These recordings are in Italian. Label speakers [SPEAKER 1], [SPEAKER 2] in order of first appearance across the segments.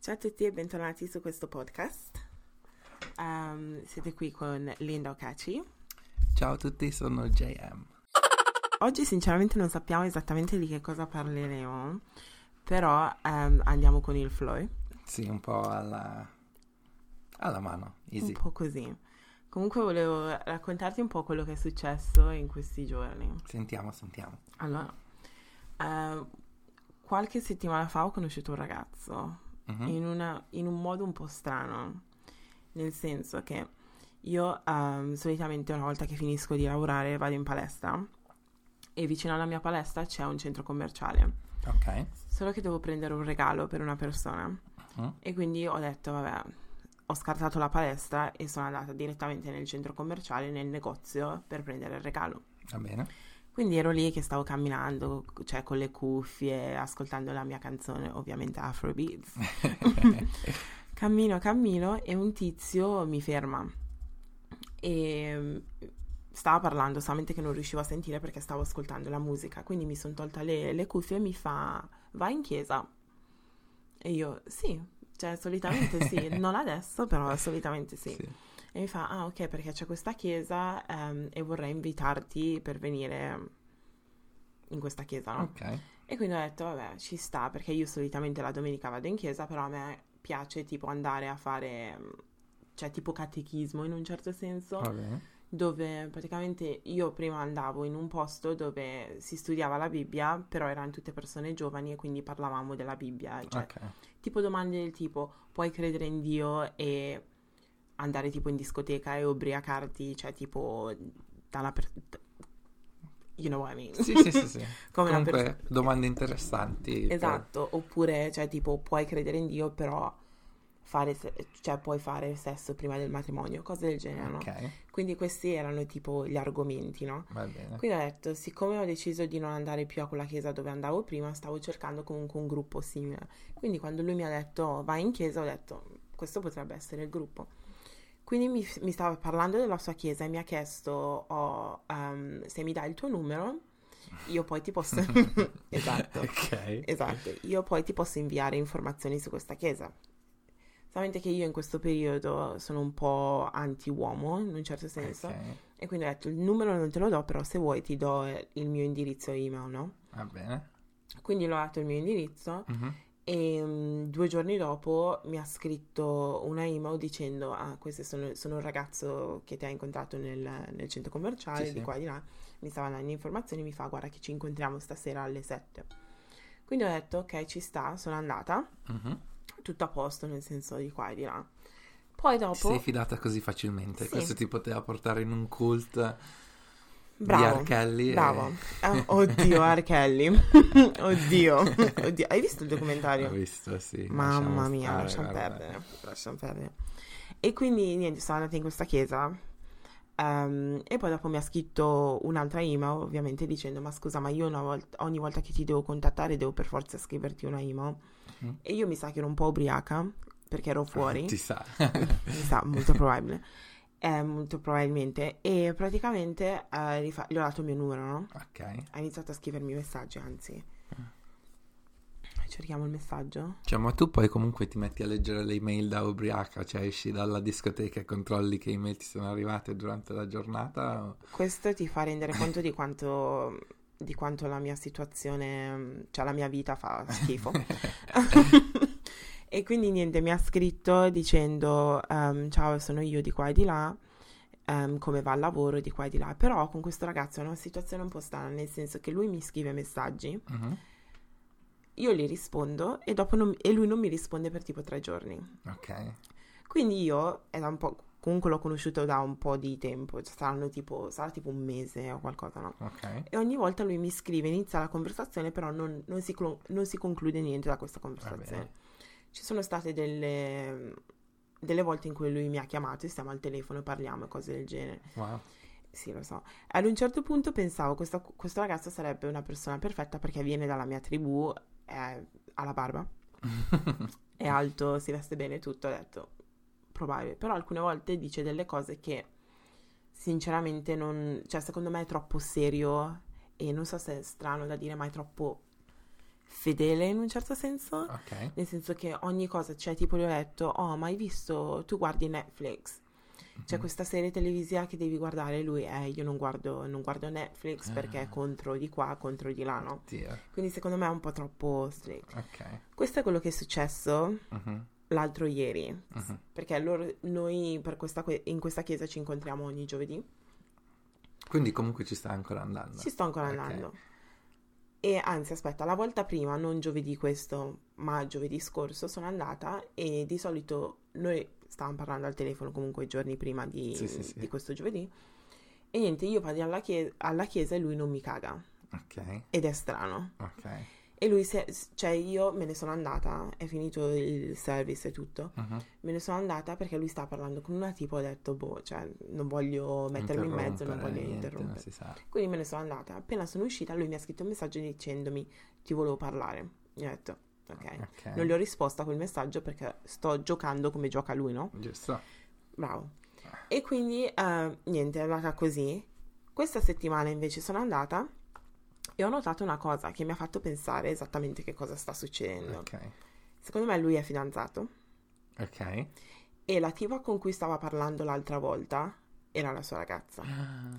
[SPEAKER 1] Ciao a tutti e bentornati su questo podcast. Um, siete qui con Linda Ocaci.
[SPEAKER 2] Ciao a tutti, sono JM.
[SPEAKER 1] Oggi sinceramente non sappiamo esattamente di che cosa parleremo, però um, andiamo con il flow,
[SPEAKER 2] Sì, un po' alla, alla mano, easy.
[SPEAKER 1] un po' così. Comunque volevo raccontarti un po' quello che è successo in questi giorni.
[SPEAKER 2] Sentiamo, sentiamo.
[SPEAKER 1] Allora, eh, qualche settimana fa ho conosciuto un ragazzo
[SPEAKER 2] Mhm.
[SPEAKER 1] in, una- in un modo un po' strano, nel senso che io ehm, solitamente una volta che finisco di lavorare vado in palestra e vicino alla mia palestra c'è un centro commerciale,
[SPEAKER 2] Ok.
[SPEAKER 1] solo che devo prendere un regalo per una persona
[SPEAKER 2] Mhm.
[SPEAKER 1] e quindi ho detto vabbè, ho scartato la palestra e sono andata direttamente nel centro commerciale, nel negozio per prendere il regalo.
[SPEAKER 2] Va bene.
[SPEAKER 1] Quindi ero lì che stavo camminando, cioè con le cuffie, ascoltando la mia canzone, ovviamente Afrobeats. cammino, cammino e un tizio mi ferma e mm, stava parlando, solamente che non riuscivo a sentire perché stavo ascoltando la musica. Quindi mi sono tolta le, le cuffie e mi fa, vai in chiesa. E io, sì, cioè solitamente sì, non adesso, però solitamente sì.
[SPEAKER 2] Sì.
[SPEAKER 1] E mi fa, ah ok, perché c'è questa chiesa ehm, e vorrei invitarti per venire in questa chiesa, no?
[SPEAKER 2] Ok.
[SPEAKER 1] E quindi ho detto, vabbè, ci sta, perché io solitamente la domenica vado in chiesa, però a me piace tipo andare a fare, mm, cioè tipo catechismo in un certo senso,
[SPEAKER 2] Va bene.
[SPEAKER 1] dove praticamente io prima andavo in un posto dove si studiava la Bibbia, però erano tutte persone giovani e quindi parlavamo della Bibbia, cioè
[SPEAKER 2] Ok.
[SPEAKER 1] tipo domande del tipo puoi credere in Dio e andare tipo in discoteca e ubriacarti, cioè tipo dalla per- you know what I mean,
[SPEAKER 2] Sì, sì, sì, sì.
[SPEAKER 1] come una persona.
[SPEAKER 2] Comunque, eh. domande interessanti. per-
[SPEAKER 1] Esatto, oppure cioè tipo puoi credere in Dio però fare se- cioè puoi fare sesso prima del matrimonio, cose del genere, no?
[SPEAKER 2] Ok,
[SPEAKER 1] Quindi questi erano tipo gli argomenti, no?
[SPEAKER 2] va bene.
[SPEAKER 1] Quindi ho detto, siccome ho deciso di non andare più a quella chiesa dove andavo prima, stavo cercando comunque un gruppo simile. Quindi quando lui mi ha detto "Oh, vai in chiesa, ho detto, questo potrebbe essere il gruppo. Quindi mi, mi stava parlando della sua chiesa e mi ha chiesto "Oh, ehm, se mi dai il tuo numero, io poi ti posso... esatto.
[SPEAKER 2] Ok.
[SPEAKER 1] Esatto, io poi ti posso inviare informazioni su questa chiesa. Solamente che io in questo periodo sono un po' anti-uomo, in un certo senso,
[SPEAKER 2] Ok,
[SPEAKER 1] e quindi ho detto il numero non te lo do, però se vuoi ti do eh, il mio indirizzo email, no?
[SPEAKER 2] va bene.
[SPEAKER 1] Quindi l'ho dato il mio indirizzo
[SPEAKER 2] Mhm.
[SPEAKER 1] e mm, due giorni dopo mi ha scritto una email dicendo ah, questo sono, sono un ragazzo che ti ha incontrato nel, nel centro commerciale,
[SPEAKER 2] Sì,
[SPEAKER 1] di
[SPEAKER 2] sì.
[SPEAKER 1] qua e di là, mi stava dando informazioni, mi fa guarda che ci incontriamo stasera alle 7. Quindi ho detto ok ci sta, sono andata,
[SPEAKER 2] Mhm.
[SPEAKER 1] tutto a posto nel senso di qua e di là. Poi dopo...
[SPEAKER 2] Ti sei fidata così facilmente.
[SPEAKER 1] Sì.
[SPEAKER 2] Questo ti poteva portare in un cult di
[SPEAKER 1] Bravo,
[SPEAKER 2] Archelli. eh. e-
[SPEAKER 1] Bravo. Ah, oddio, R. Kelly. oddio. oddio. Hai visto il documentario?
[SPEAKER 2] Ho visto, sì.
[SPEAKER 1] Mamma
[SPEAKER 2] Ah, lasciamo
[SPEAKER 1] mia,
[SPEAKER 2] stare,
[SPEAKER 1] lasciamo
[SPEAKER 2] guarda.
[SPEAKER 1] perdere. Lasciamo perdere. E quindi niente, sono andata in questa chiesa. ehm, e poi dopo mi ha scritto un'altra email, ovviamente, dicendo: Ma scusa, ma io una volta- ogni volta che ti devo contattare devo per forza scriverti una email.
[SPEAKER 2] Mhm.
[SPEAKER 1] E io mi sa che ero un po' ubriaca perché ero fuori
[SPEAKER 2] Ti sa.
[SPEAKER 1] mi sa molto probabile. Eh, molto probabilmente. E praticamente eh, gli fa- gli ho dato il mio numero, no?
[SPEAKER 2] ok.
[SPEAKER 1] Ha iniziato a scrivermi messaggi, anzi.
[SPEAKER 2] Ah.
[SPEAKER 1] Cerchiamo il messaggio.
[SPEAKER 2] Cioè, ma tu poi comunque ti metti a leggere le email da ubriaca, cioè esci dalla discoteca e controlli che email ti sono arrivate durante la giornata? o-
[SPEAKER 1] Questo ti fa rendere conto di quanto, di quanto la mia situazione, cioè la mia vita fa schifo. e quindi niente, mi ha scritto dicendo ehm, ciao, sono io di qua e di là, ehm, come va il lavoro di qua e di là. Però con questo ragazzo è una situazione un po' strana, nel senso che lui mi scrive messaggi,
[SPEAKER 2] Mhm.
[SPEAKER 1] io gli rispondo e, dopo non- e lui non mi risponde per tipo tre giorni.
[SPEAKER 2] Ok.
[SPEAKER 1] Quindi io, è da un po', comunque l'ho conosciuto da un po' di tempo, cioè saranno tipo, sarà tipo un mese o qualcosa, no?
[SPEAKER 2] Ok.
[SPEAKER 1] E ogni volta lui mi scrive, inizia la conversazione, però non, non si, clo- non si conclude niente da questa conversazione. Ci sono state delle, delle volte in cui lui mi ha chiamato e stiamo al telefono, parliamo e cose del genere.
[SPEAKER 2] Wow.
[SPEAKER 1] Sì, lo so. Ad un certo punto pensavo, questo, questo ragazzo sarebbe una persona perfetta perché viene dalla mia tribù, è- ha la barba, è alto, si veste bene e tutto, ho detto, probabile. Però alcune volte dice delle cose che sinceramente non... Cioè, secondo me è troppo serio e non so se è strano da dire, ma è troppo fedele in un certo senso,
[SPEAKER 2] Ok.
[SPEAKER 1] nel senso che ogni cosa, cioè tipo gli ho detto, oh ma hai visto, tu guardi Netflix, c'è
[SPEAKER 2] Mm.
[SPEAKER 1] questa serie televisiva che devi guardare, e lui, eh io non guardo, non guardo Netflix perché
[SPEAKER 2] Ah.
[SPEAKER 1] è contro di qua, contro di là, no?
[SPEAKER 2] Dear.
[SPEAKER 1] Quindi secondo me è un po' troppo strict.
[SPEAKER 2] Ok.
[SPEAKER 1] Questo è quello che è successo
[SPEAKER 2] Mhm,
[SPEAKER 1] l'altro ieri,
[SPEAKER 2] mhm.
[SPEAKER 1] perché loro- noi per questa que- in questa chiesa ci incontriamo ogni giovedì,
[SPEAKER 2] Quindi comunque ci sta ancora andando.
[SPEAKER 1] ci sto ancora
[SPEAKER 2] Ok.
[SPEAKER 1] andando. E anzi, aspetta, la volta prima, non giovedì questo, ma giovedì scorso, sono andata e di solito noi stavamo parlando al telefono comunque i giorni prima di,
[SPEAKER 2] Sì, sì, sì.
[SPEAKER 1] di questo giovedì. E niente, io vado alla, chie- alla chiesa e lui non mi caga.
[SPEAKER 2] Ok,
[SPEAKER 1] Ed è strano.
[SPEAKER 2] ok.
[SPEAKER 1] E lui, se- cioè io me ne sono andata, è finito il service e tutto.
[SPEAKER 2] Mhm.
[SPEAKER 1] Me ne sono andata perché lui stava parlando con una tipo, ho detto, boh, cioè, non voglio mettermi in mezzo, non
[SPEAKER 2] Interrompere,
[SPEAKER 1] voglio
[SPEAKER 2] niente,
[SPEAKER 1] interrompere.
[SPEAKER 2] Non si sa.
[SPEAKER 1] Quindi me ne sono andata. Appena sono uscita, lui mi ha scritto un messaggio dicendomi, ti volevo parlare. Io ho detto, ok.
[SPEAKER 2] Ok.
[SPEAKER 1] Non gli ho risposto a quel messaggio perché sto giocando come gioca lui, no?
[SPEAKER 2] Giusto.
[SPEAKER 1] Bravo. E quindi, eh, niente, è andata così. Questa settimana invece sono andata e ho notato una cosa che mi ha fatto pensare esattamente che cosa sta succedendo.
[SPEAKER 2] Ok.
[SPEAKER 1] Secondo me lui è fidanzato.
[SPEAKER 2] Ok.
[SPEAKER 1] E la tipa con cui stava parlando l'altra volta era la sua ragazza.
[SPEAKER 2] Ah,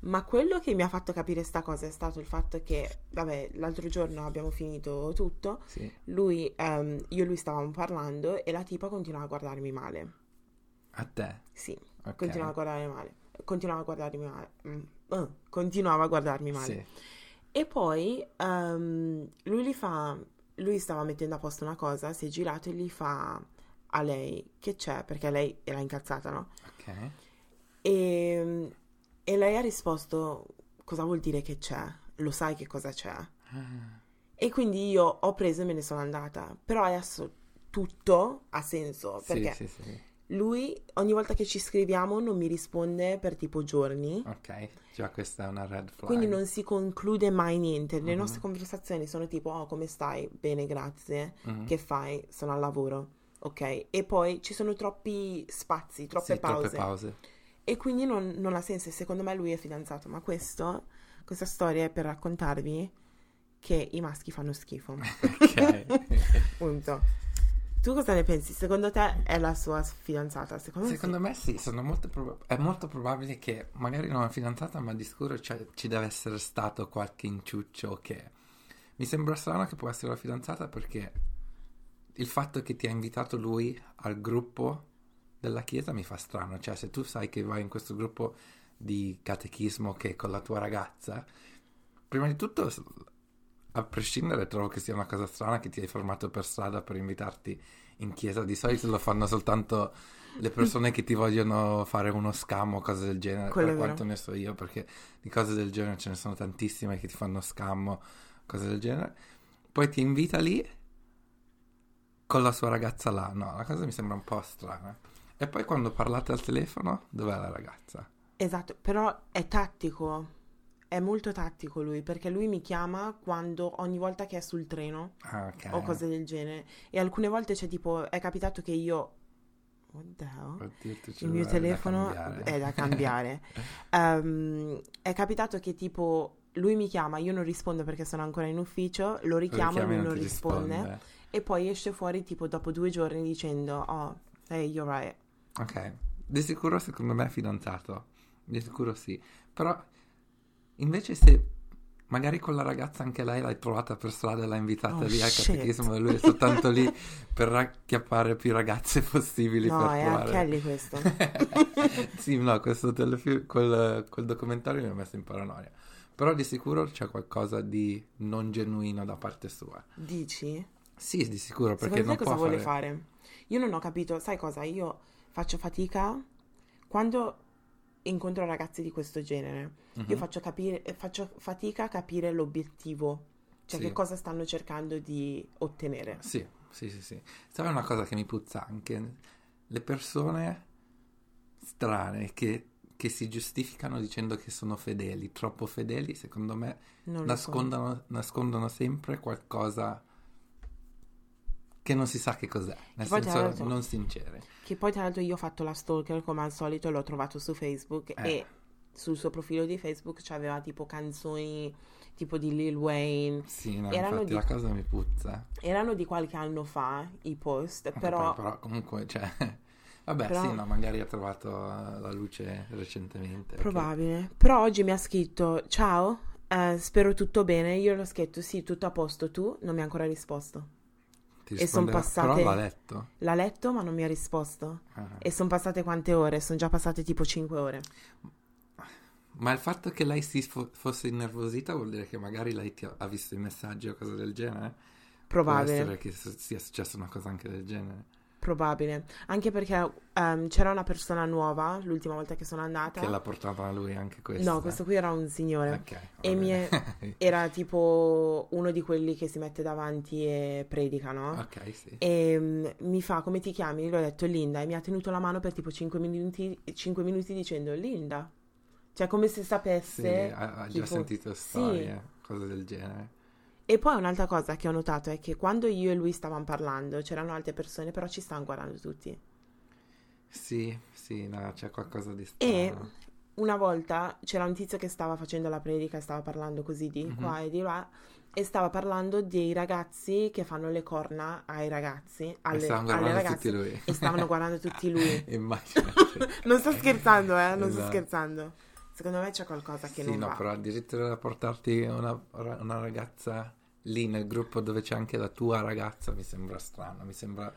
[SPEAKER 1] Ma quello che mi ha fatto capire sta cosa è stato il fatto che, vabbè, l'altro giorno abbiamo finito tutto,
[SPEAKER 2] Sì.
[SPEAKER 1] lui, ehm, io e lui stavamo parlando e la tipa continuava a guardarmi male.
[SPEAKER 2] A te.
[SPEAKER 1] Sì,
[SPEAKER 2] Ok.
[SPEAKER 1] continuava a guardarmi male. Continuava a guardarmi male. Mm, eh, continuava a guardarmi male.
[SPEAKER 2] Sì.
[SPEAKER 1] E poi ehm, lui gli fa, lui stava mettendo a posto una cosa, si è girato e gli fa a lei che c'è, perché lei era incazzata, no?
[SPEAKER 2] Ok.
[SPEAKER 1] E, Ehm, e lei ha risposto: Cosa vuol dire che c'è? Lo sai che cosa c'è?
[SPEAKER 2] Ah,
[SPEAKER 1] E quindi io ho preso e me ne sono andata. Però adesso tutto ha senso
[SPEAKER 2] Sì,
[SPEAKER 1] perché
[SPEAKER 2] sì, sì.
[SPEAKER 1] lui ogni volta che ci scriviamo non mi risponde per tipo giorni.
[SPEAKER 2] Ok. Già questa è una red flag.
[SPEAKER 1] Quindi non si conclude mai niente. Le
[SPEAKER 2] Mhm.
[SPEAKER 1] nostre conversazioni sono tipo: Oh, come stai? Bene, grazie.
[SPEAKER 2] Mhm.
[SPEAKER 1] Che fai? Sono al lavoro. Ok. E poi ci sono troppi spazi, troppe
[SPEAKER 2] Sì, troppe
[SPEAKER 1] pause.
[SPEAKER 2] pause.
[SPEAKER 1] E quindi non, non ha senso, e secondo me lui è fidanzato, ma questo, questa storia è per raccontarvi che i maschi fanno schifo,
[SPEAKER 2] Ok.
[SPEAKER 1] punto. Tu cosa ne pensi? Secondo te è la sua fidanzata? Secondo,
[SPEAKER 2] Secondo me sì, sono molto proba- è molto probabile che magari non è fidanzata, ma di sicuro c'è- ci deve essere stato qualche inciuccio che... Mi sembra strano che può essere la fidanzata perché il fatto che ti ha invitato lui al gruppo della chiesa mi fa strano, cioè se tu sai che vai in questo gruppo di catechismo che è con la tua ragazza, prima di tutto s- a prescindere trovo che sia una cosa strana che ti hai fermato per strada per invitarti in chiesa, di solito lo fanno soltanto le persone che ti vogliono fare uno scammo, cose del genere,
[SPEAKER 1] Quello è
[SPEAKER 2] per
[SPEAKER 1] vero.
[SPEAKER 2] quanto ne so io, perché di cose del genere ce ne sono tantissime che ti fanno scammo, cose del genere. Poi ti invita lì con la sua ragazza là, no, la cosa mi sembra un po' strana. E poi quando parlate al telefono, dov'è la ragazza?
[SPEAKER 1] sì. Esatto, però è tattico, è molto tattico lui, perché lui mi chiama quando, ogni volta che è sul treno
[SPEAKER 2] Ah, ok.
[SPEAKER 1] o cose del genere, e alcune volte c'è tipo, è capitato che io... What the hell?
[SPEAKER 2] Oddio, il tuo
[SPEAKER 1] Il mio
[SPEAKER 2] cellulare è Cioè, da
[SPEAKER 1] telefono
[SPEAKER 2] cambiare.
[SPEAKER 1] è da cambiare. Ehm, è capitato che tipo lui mi chiama, io non rispondo perché sono ancora in ufficio, lo
[SPEAKER 2] Lo
[SPEAKER 1] richiamo,
[SPEAKER 2] richiami,
[SPEAKER 1] lui non
[SPEAKER 2] ti
[SPEAKER 1] risponde, e poi esce fuori tipo dopo due giorni dicendo oh, hey, you're right.
[SPEAKER 2] Ok, di sicuro secondo me è fidanzato, di sicuro sì, però invece se magari con la ragazza anche lei l'hai trovata per strada e l'ha
[SPEAKER 1] Oh,
[SPEAKER 2] invitata lì al
[SPEAKER 1] shit.
[SPEAKER 2] catechismo e lui è soltanto lì per racchiappare più ragazze possibili
[SPEAKER 1] no,
[SPEAKER 2] per
[SPEAKER 1] è R.
[SPEAKER 2] trovare...
[SPEAKER 1] Kelly questo.
[SPEAKER 2] Sì, no, questo telefilm, quel, quel documentario mi ha messo in paranoia, però di sicuro c'è qualcosa di non genuino da parte sua.
[SPEAKER 1] Dici?
[SPEAKER 2] Sì, di sicuro, perché
[SPEAKER 1] Secondo
[SPEAKER 2] non
[SPEAKER 1] te cosa
[SPEAKER 2] può
[SPEAKER 1] vuole
[SPEAKER 2] fare...
[SPEAKER 1] fare? Io non ho capito, sai cosa? Io faccio fatica quando incontro ragazzi di questo genere. Io
[SPEAKER 2] Mhm.
[SPEAKER 1] faccio, capire, eh, faccio fatica a capire l'obiettivo, cioè
[SPEAKER 2] Sì.
[SPEAKER 1] che cosa stanno cercando di ottenere.
[SPEAKER 2] Sì, sì, sì, sì. Sai una cosa che mi puzza anche? Le persone strane che, che si giustificano dicendo che sono fedeli, troppo fedeli, secondo me
[SPEAKER 1] Non lo so.
[SPEAKER 2] nascondono, nascondono sempre qualcosa che non si sa che cos'è, nel
[SPEAKER 1] poi tra
[SPEAKER 2] senso
[SPEAKER 1] l'altro-
[SPEAKER 2] non sincere.
[SPEAKER 1] Che poi, tra l'altro, io ho fatto la stalker come al solito, l'ho trovato su Facebook
[SPEAKER 2] Eh.
[SPEAKER 1] e sul suo profilo di Facebook c'aveva tipo canzoni tipo di Lil Wayne.
[SPEAKER 2] Sì, no,
[SPEAKER 1] Erano
[SPEAKER 2] infatti
[SPEAKER 1] di-
[SPEAKER 2] la cosa mi puzza.
[SPEAKER 1] Erano di qualche anno fa i post,
[SPEAKER 2] Eh,
[SPEAKER 1] però
[SPEAKER 2] poi- però comunque, cioè... Vabbè,
[SPEAKER 1] Però-
[SPEAKER 2] sì, no, magari ha trovato eh, la luce recentemente. ok.
[SPEAKER 1] Probabile. Però oggi mi ha scritto: Ciao, eh, spero tutto bene. Io l'ho scritto: Sì, tutto a posto. Tu non mi ha ancora risposto.
[SPEAKER 2] Ti
[SPEAKER 1] e son
[SPEAKER 2] risponderà-
[SPEAKER 1] passate-
[SPEAKER 2] Però l'ha letto.
[SPEAKER 1] L'ha letto, ma non mi ha risposto.
[SPEAKER 2] Ah.
[SPEAKER 1] E sono passate quante ore? Sono già passate tipo 5 ore.
[SPEAKER 2] Ma il fatto che lei si fo- fosse innervosita vuol dire che magari lei ti ha, ha visto i messaggi o cose del genere? Può
[SPEAKER 1] Probabile,
[SPEAKER 2] essere che s- sia successa una cosa anche del genere.
[SPEAKER 1] probabile. Anche perché ehm, c'era una persona nuova l'ultima volta che sono andata.
[SPEAKER 2] Che l'ha Ecco. portata a lui anche questo.
[SPEAKER 1] No, questo qui era un signore.
[SPEAKER 2] Ok.
[SPEAKER 1] E mi è- Era tipo uno di quelli che si mette davanti e predica, no?
[SPEAKER 2] ok, sì.
[SPEAKER 1] E mm, mi fa come ti chiami? Gli ho detto Linda e mi ha tenuto la mano per tipo 5 minuti, 5 minuti dicendo Linda. Cioè come se
[SPEAKER 2] Sì,
[SPEAKER 1] sapesse.
[SPEAKER 2] ha, ha già
[SPEAKER 1] tipo-
[SPEAKER 2] sentito
[SPEAKER 1] sì.
[SPEAKER 2] storie, cose del genere.
[SPEAKER 1] E poi un'altra cosa che ho notato è che quando io e lui stavamo parlando c'erano altre persone però ci stanno guardando tutti.
[SPEAKER 2] Sì, sì, no, c'è qualcosa di
[SPEAKER 1] E
[SPEAKER 2] strano.
[SPEAKER 1] una volta c'era un tizio che stava facendo la predica e stava parlando così di
[SPEAKER 2] Mhm.
[SPEAKER 1] qua e di là e stava parlando dei ragazzi che fanno le corna ai ragazzi, alle,
[SPEAKER 2] e stavano
[SPEAKER 1] alle
[SPEAKER 2] guardando
[SPEAKER 1] ragazze
[SPEAKER 2] tutti lui.
[SPEAKER 1] e stavano guardando tutti lui.
[SPEAKER 2] Immagino.
[SPEAKER 1] Non sto scherzando, eh, non sto
[SPEAKER 2] Esatto.
[SPEAKER 1] scherzando. Secondo me c'è qualcosa che
[SPEAKER 2] sì,
[SPEAKER 1] non
[SPEAKER 2] no,
[SPEAKER 1] va.
[SPEAKER 2] però addirittura portarti una, una ragazza lì nel gruppo dove c'è anche la tua ragazza mi sembra strano, mi sembra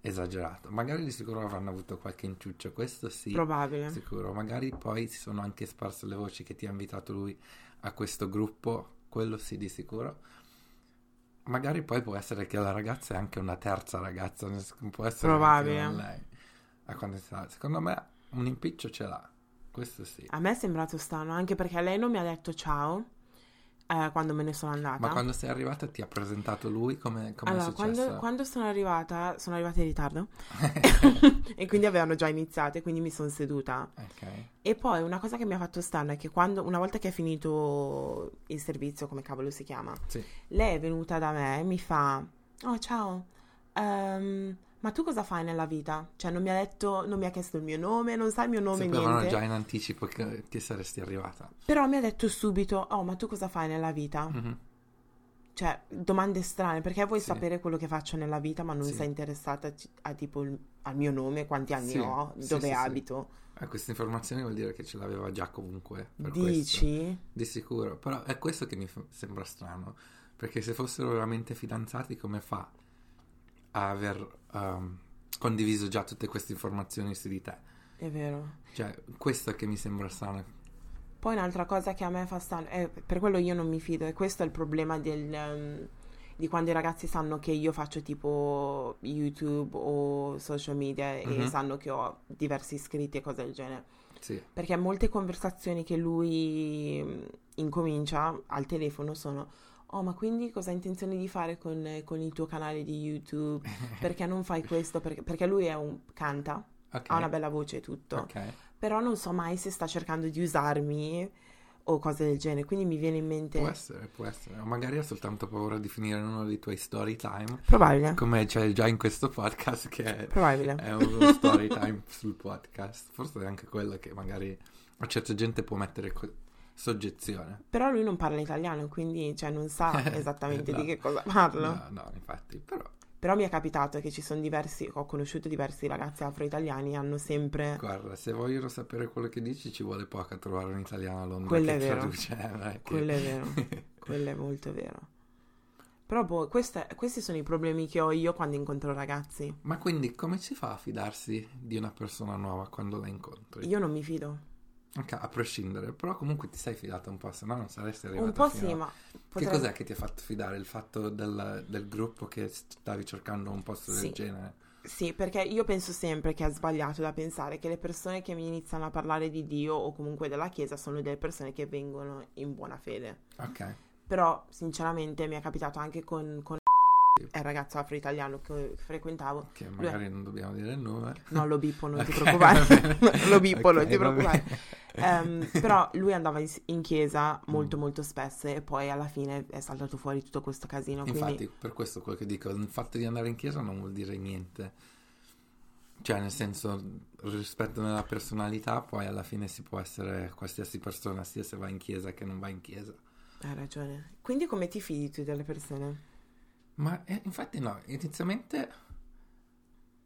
[SPEAKER 2] esagerato. Magari di sicuro avranno avuto qualche inciuccio, questo sì,
[SPEAKER 1] Probabile.
[SPEAKER 2] sicuro. Magari poi si sono anche sparse le voci che ti ha invitato lui a questo gruppo, quello sì di sicuro. Magari poi può essere che la ragazza è anche una terza ragazza, nel senso che può essere anche
[SPEAKER 1] Probabile.
[SPEAKER 2] non lei. A quanto sarà. Secondo me un impiccio ce l'ha, questo sì.
[SPEAKER 1] A me è sembrato strano, anche perché lei non mi ha detto ciao eh, quando me ne sono andata.
[SPEAKER 2] Ma quando sei arrivata ti ha presentato lui come, come
[SPEAKER 1] allora,
[SPEAKER 2] è successo?
[SPEAKER 1] quando, quando sono arrivata, sono arrivata in ritardo e quindi avevano già iniziato e quindi mi sono seduta.
[SPEAKER 2] Ok.
[SPEAKER 1] E poi una cosa che mi ha fatto strano è che quando, una volta che è finito il servizio, come cavolo si chiama,
[SPEAKER 2] Sì.
[SPEAKER 1] lei è venuta da me e mi fa: Oh, ciao, ehm, ma tu cosa fai nella vita? Cioè, non mi ha detto, non mi ha chiesto il mio nome, non sa il mio nome,
[SPEAKER 2] Sapevano
[SPEAKER 1] niente.
[SPEAKER 2] già in anticipo che ti saresti arrivata.
[SPEAKER 1] Però mi ha detto subito: Oh, ma tu cosa fai nella vita?
[SPEAKER 2] Mhm.
[SPEAKER 1] Cioè, domande strane, perché vuoi
[SPEAKER 2] Sì.
[SPEAKER 1] sapere quello che faccio nella vita, ma non
[SPEAKER 2] Sì.
[SPEAKER 1] sei interessata ci- a, tipo il- al mio nome, quanti anni
[SPEAKER 2] Sì,
[SPEAKER 1] ho,
[SPEAKER 2] sì,
[SPEAKER 1] dove
[SPEAKER 2] sì, sì.
[SPEAKER 1] abito.
[SPEAKER 2] Eh, queste informazioni vuol dire che ce l'aveva già comunque. Per questo.
[SPEAKER 1] Dici?
[SPEAKER 2] Di sicuro. Però è questo che mi fa- sembra strano. Perché se fossero veramente fidanzati, come fa a aver ehm, condiviso già tutte queste informazioni su di te?
[SPEAKER 1] È vero.
[SPEAKER 2] Cioè, questo che mi sembra strano.
[SPEAKER 1] Poi un'altra cosa che a me fa strano, eh, per quello io non mi fido, e questo è il problema del, ehm, di quando i ragazzi sanno che io faccio tipo YouTube o social media
[SPEAKER 2] Mhm.
[SPEAKER 1] e sanno che ho diversi iscritti e cose del genere.
[SPEAKER 2] Sì.
[SPEAKER 1] Perché molte conversazioni che lui mm, incomincia al telefono sono: Oh, ma quindi cosa hai intenzione di fare con, con il tuo canale di YouTube? Perché non fai questo? Perché, perché lui è un, canta,
[SPEAKER 2] Ok.
[SPEAKER 1] ha una bella voce e tutto
[SPEAKER 2] Ok.
[SPEAKER 1] però non so mai se sta cercando di usarmi o cose del genere, quindi mi viene in mente...
[SPEAKER 2] Può essere, può essere. O magari ha soltanto paura di finire in uno dei tuoi story time.
[SPEAKER 1] Probabile,
[SPEAKER 2] Come c'è già in questo podcast che è,
[SPEAKER 1] probabile.
[SPEAKER 2] è uno story time sul podcast. Forse è anche quello che magari a certa gente può mettere co- soggezione.
[SPEAKER 1] Però lui non parla italiano, quindi cioè, non sa
[SPEAKER 2] Esatto.
[SPEAKER 1] esattamente
[SPEAKER 2] No.
[SPEAKER 1] di che cosa parlo.
[SPEAKER 2] No, no, infatti, però
[SPEAKER 1] Però mi è capitato che ci sono diversi, ho conosciuto diversi ragazzi afro-italiani, hanno sempre...
[SPEAKER 2] guarda, se vogliono sapere quello che dici ci vuole poco a trovare un italiano a Londra
[SPEAKER 1] Quello
[SPEAKER 2] che
[SPEAKER 1] è vero.
[SPEAKER 2] traduce. eh, non è che-
[SPEAKER 1] Quello è vero, quello è molto vero. Però boh, questa- questi sono i problemi che ho io quando incontro ragazzi.
[SPEAKER 2] Ma quindi come si fa a fidarsi di una persona nuova quando la incontri?
[SPEAKER 1] Io non mi fido.
[SPEAKER 2] Ok, a prescindere, però comunque ti sei fidata un po', se no non saresti arrivata
[SPEAKER 1] Un po'
[SPEAKER 2] fino
[SPEAKER 1] sì,
[SPEAKER 2] a-
[SPEAKER 1] ma...
[SPEAKER 2] Che
[SPEAKER 1] potrebbe-
[SPEAKER 2] cos'è che ti ha fatto fidare? Il fatto del, del gruppo che stavi cercando un posto
[SPEAKER 1] Sì.
[SPEAKER 2] del genere?
[SPEAKER 1] Sì, perché io penso sempre che è sbagliato da pensare che le persone che mi iniziano a parlare di Dio o comunque della Chiesa sono delle persone che vengono in buona fede.
[SPEAKER 2] Ok,
[SPEAKER 1] Però, sinceramente, mi è capitato anche con, con il ragazzo afro-italiano che frequentavo.
[SPEAKER 2] che magari non dobbiamo dire il nome.
[SPEAKER 1] No, lo bippo, non ti
[SPEAKER 2] Ok,
[SPEAKER 1] preoccupare.
[SPEAKER 2] va bene.
[SPEAKER 1] Lo bippo, non
[SPEAKER 2] Ok,
[SPEAKER 1] ti
[SPEAKER 2] va
[SPEAKER 1] preoccupare.
[SPEAKER 2] bene.
[SPEAKER 1] Ehm, però lui andava in, in chiesa molto
[SPEAKER 2] Mm.
[SPEAKER 1] molto spesso e poi alla fine è saltato fuori tutto questo casino. Quindi
[SPEAKER 2] Infatti, per questo quello che dico, il fatto di andare in chiesa non vuol dire niente. Cioè, nel senso, rispetto nella personalità, poi alla fine si può essere qualsiasi persona, sia se va in chiesa che non va in chiesa.
[SPEAKER 1] Hai ragione. Quindi come ti fidi tu delle persone?
[SPEAKER 2] Ma eh, infatti no, inizialmente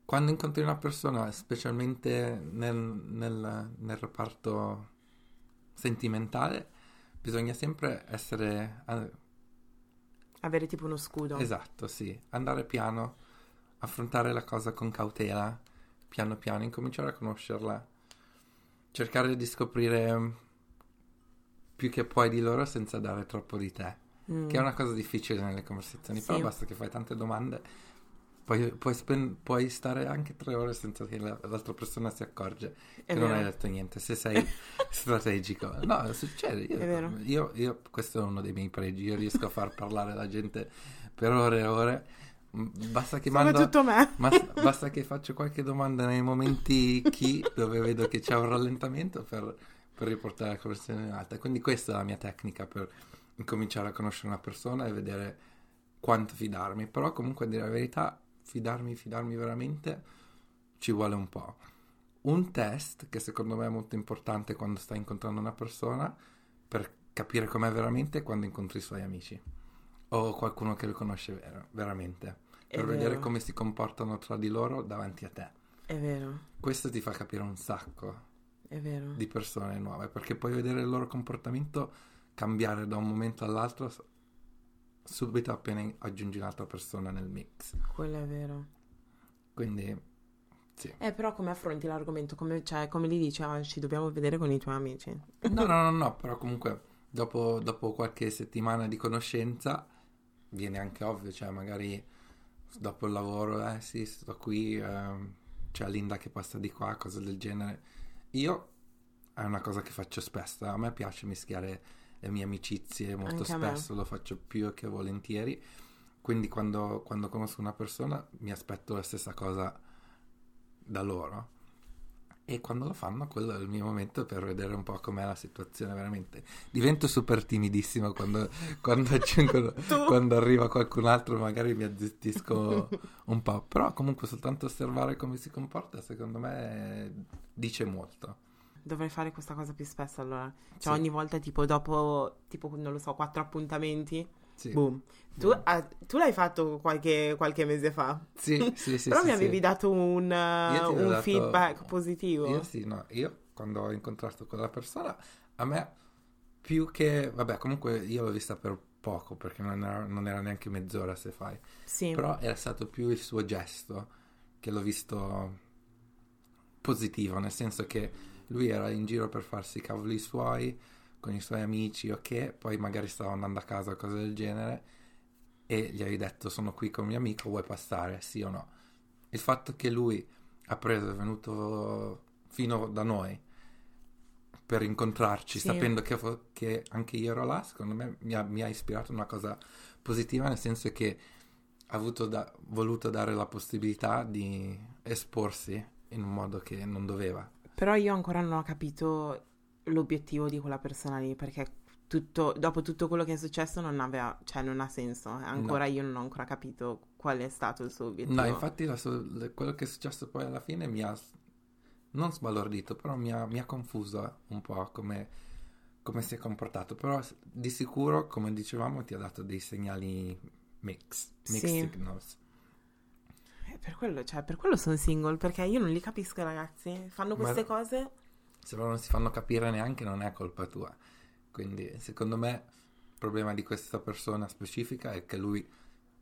[SPEAKER 2] quando incontri una persona, specialmente nel, nel- nel reparto sentimentale, bisogna sempre essere... eh,
[SPEAKER 1] Avere tipo uno scudo.
[SPEAKER 2] Esatto, sì. Andare piano, affrontare la cosa con cautela, piano piano, incominciare a conoscerla, cercare di scoprire mm, più che puoi di loro senza dare troppo di te.
[SPEAKER 1] Mm.
[SPEAKER 2] Che è una cosa difficile nelle conversazioni,
[SPEAKER 1] Sì.
[SPEAKER 2] però basta che fai tante domande, puoi, puoi spen- puoi stare anche tre ore senza che la- l'altra persona si accorge
[SPEAKER 1] È
[SPEAKER 2] che non hai
[SPEAKER 1] vero.
[SPEAKER 2] detto niente, se sei strategico. No, succede. Io,
[SPEAKER 1] È vero.
[SPEAKER 2] io- io- questo è uno dei miei pregi, io riesco a far parlare la gente per ore e ore. M- Basta che mando...
[SPEAKER 1] Soprattutto me.
[SPEAKER 2] ma- basta che faccio qualche domanda nei momenti chi dove vedo che c'è un rallentamento per, per riportare la conversazione in alta. Quindi questa è la mia tecnica per incominciare a conoscere una persona e vedere quanto fidarmi. Però comunque a dire la verità, fidarmi, fidarmi veramente ci vuole un po'. Un test che secondo me è molto importante quando stai incontrando una persona per capire com'è veramente è quando incontri i suoi amici o qualcuno che lo conosce ver- veramente
[SPEAKER 1] È
[SPEAKER 2] per vedere
[SPEAKER 1] vero,
[SPEAKER 2] come si comportano tra di loro davanti a te.
[SPEAKER 1] È vero,
[SPEAKER 2] Questo ti fa capire un sacco
[SPEAKER 1] è vero.
[SPEAKER 2] di persone nuove, perché puoi vedere il loro comportamento cambiare da un momento all'altro s- subito appena in- aggiungi un'altra persona nel mix.
[SPEAKER 1] Quello è vero.
[SPEAKER 2] Quindi
[SPEAKER 1] Eh, però come affronti l'argomento? Come, cioè, come gli dici, "Ah, ci dobbiamo vedere con i tuoi amici.
[SPEAKER 2] No, no, no, no, però comunque dopo, dopo qualche settimana di conoscenza viene anche ovvio, cioè magari dopo il lavoro, eh sì, sto qui, ehm, c'è Linda che passa di qua, cose del genere. Io è una cosa che faccio spesso, a me piace mischiare le mie amicizie molto
[SPEAKER 1] Anche a me.
[SPEAKER 2] spesso, lo faccio più che volentieri, quindi quando, quando conosco una persona mi aspetto la stessa cosa da loro. E quando lo fanno, quello è il mio momento per vedere un po' com'è la situazione veramente. Divento super timidissimo quando, quando aggiungono- quando arriva qualcun altro, magari mi azzittisco un po'. Però comunque soltanto osservare come si comporta, secondo me, dice molto.
[SPEAKER 1] Dovrei fare questa cosa più spesso allora. Cioè,
[SPEAKER 2] Sì,
[SPEAKER 1] ogni volta, tipo, dopo, tipo, non lo so, quattro appuntamenti,
[SPEAKER 2] sì.
[SPEAKER 1] boom. Tu, ah, tu l'hai fatto qualche, qualche mese fa,
[SPEAKER 2] Sì, sì, sì,
[SPEAKER 1] però
[SPEAKER 2] sì,
[SPEAKER 1] mi
[SPEAKER 2] sì.
[SPEAKER 1] avevi dato un,
[SPEAKER 2] Io ti
[SPEAKER 1] uh,
[SPEAKER 2] avevo
[SPEAKER 1] un
[SPEAKER 2] dato-
[SPEAKER 1] feedback positivo.
[SPEAKER 2] Io sì, no, io quando ho incontrato quella persona, a me più che... Vabbè, comunque io l'ho vista per poco, perché non era, non era neanche mezz'ora se fai.
[SPEAKER 1] Sì,
[SPEAKER 2] Però era stato più il suo gesto che l'ho visto positivo, nel senso che lui era in giro per farsi i cavoli suoi, con i suoi amici, ok, poi magari stava andando a casa o cose del genere, e gli hai detto sono qui con mio amico, vuoi passare, sì o no? Il fatto che lui ha preso, è venuto fino da noi per incontrarci,
[SPEAKER 1] Sì.
[SPEAKER 2] sapendo che, fo- che anche io ero là, secondo me mi ha, mi ha ispirato una cosa positiva, nel senso che ha avuto da- voluto dare la possibilità di esporsi in un modo che non doveva.
[SPEAKER 1] però io ancora non ho capito l'obiettivo di quella persona lì, perché tutto, dopo tutto quello che è successo non aveva, cioè, non ha senso. Ancora io non ho ancora capito qual è stato il suo obiettivo.
[SPEAKER 2] No, infatti la so- le- quello che è successo poi alla fine mi ha s- non sbalordito, però mi ha, mi ha confuso eh, un po' come, come si è comportato. Però s- di sicuro, come dicevamo, ti ha dato dei segnali mix, mixed
[SPEAKER 1] Sì.
[SPEAKER 2] signals.
[SPEAKER 1] Eh, Per quello, cioè, per quello sono single, perché io non li capisco, ragazzi. Fanno
[SPEAKER 2] Ma-
[SPEAKER 1] queste cose.
[SPEAKER 2] Se loro non si fanno capire neanche non è colpa tua. Quindi secondo me il problema di questa persona specifica è che lui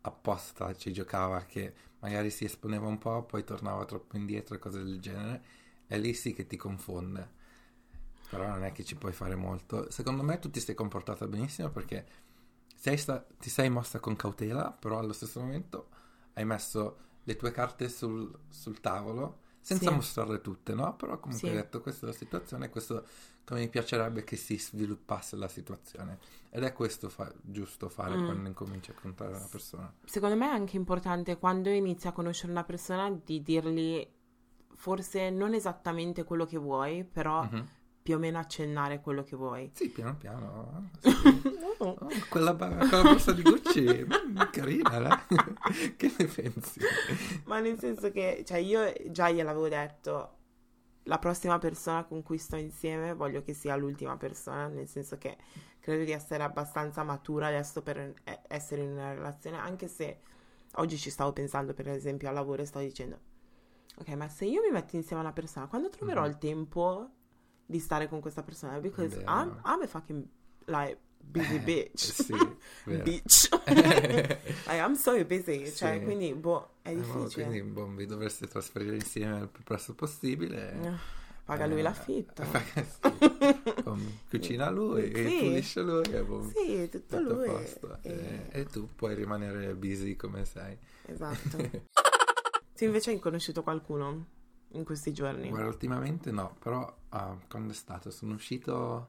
[SPEAKER 2] apposta ci giocava, che magari si esponeva un po', poi tornava troppo indietro e cose del genere. E lì sì che ti confonde. Però non è che ci puoi fare molto. Secondo me tu ti sei comportata benissimo perché sei sta- ti sei mossa con cautela, però allo stesso momento hai messo le tue carte sul, sul tavolo senza
[SPEAKER 1] Sì.
[SPEAKER 2] mostrarle tutte, no? Però comunque
[SPEAKER 1] Sì.
[SPEAKER 2] hai detto questa è la situazione, questo come mi piacerebbe che si sviluppasse la situazione. Ed è questo fa- giusto fare
[SPEAKER 1] Mm.
[SPEAKER 2] quando incominci a contare una persona.
[SPEAKER 1] Secondo me è anche importante quando inizi a conoscere una persona di dirgli forse non esattamente quello che vuoi, però
[SPEAKER 2] Mhm.
[SPEAKER 1] più o meno accennare quello che vuoi.
[SPEAKER 2] Sì, piano piano. sì. Oh, quella, ba- quella borsa di Gucci, mm, carina, eh? che ne pensi?
[SPEAKER 1] Ma nel senso che, cioè, io già gliel'avevo detto, la prossima persona con cui sto insieme voglio che sia l'ultima persona, nel senso che credo di essere abbastanza matura adesso per eh, essere in una relazione, anche se oggi ci stavo pensando, per esempio, al lavoro e stavo dicendo, ok, ma se io mi metto insieme a una persona, quando troverò
[SPEAKER 2] Mhm.
[SPEAKER 1] il tempo di stare con questa persona? Because
[SPEAKER 2] Vero.
[SPEAKER 1] I'm, I'm a fucking, like, busy
[SPEAKER 2] Eh,
[SPEAKER 1] bitch.
[SPEAKER 2] Sì, vero.
[SPEAKER 1] bitch. like, I'm so busy, cioè,
[SPEAKER 2] Sì.
[SPEAKER 1] quindi, boh, è
[SPEAKER 2] Eh, boh,
[SPEAKER 1] difficile.
[SPEAKER 2] Quindi boh, vi dovreste trasferire insieme il più presto possibile.
[SPEAKER 1] Eh, Paga lui
[SPEAKER 2] Eh,
[SPEAKER 1] l'affitto.
[SPEAKER 2] paga- sì. Con- Cucina lui, e
[SPEAKER 1] Sì.
[SPEAKER 2] pulisce lui e boh,
[SPEAKER 1] Sì, tutto
[SPEAKER 2] tutto a
[SPEAKER 1] lui.
[SPEAKER 2] posto.
[SPEAKER 1] Eh,
[SPEAKER 2] Eh, E tu puoi rimanere busy come sei.
[SPEAKER 1] Esatto. tu invece hai conosciuto qualcuno in questi giorni?
[SPEAKER 2] Guarda, ultimamente no, però ah, quando è stato? Sono uscito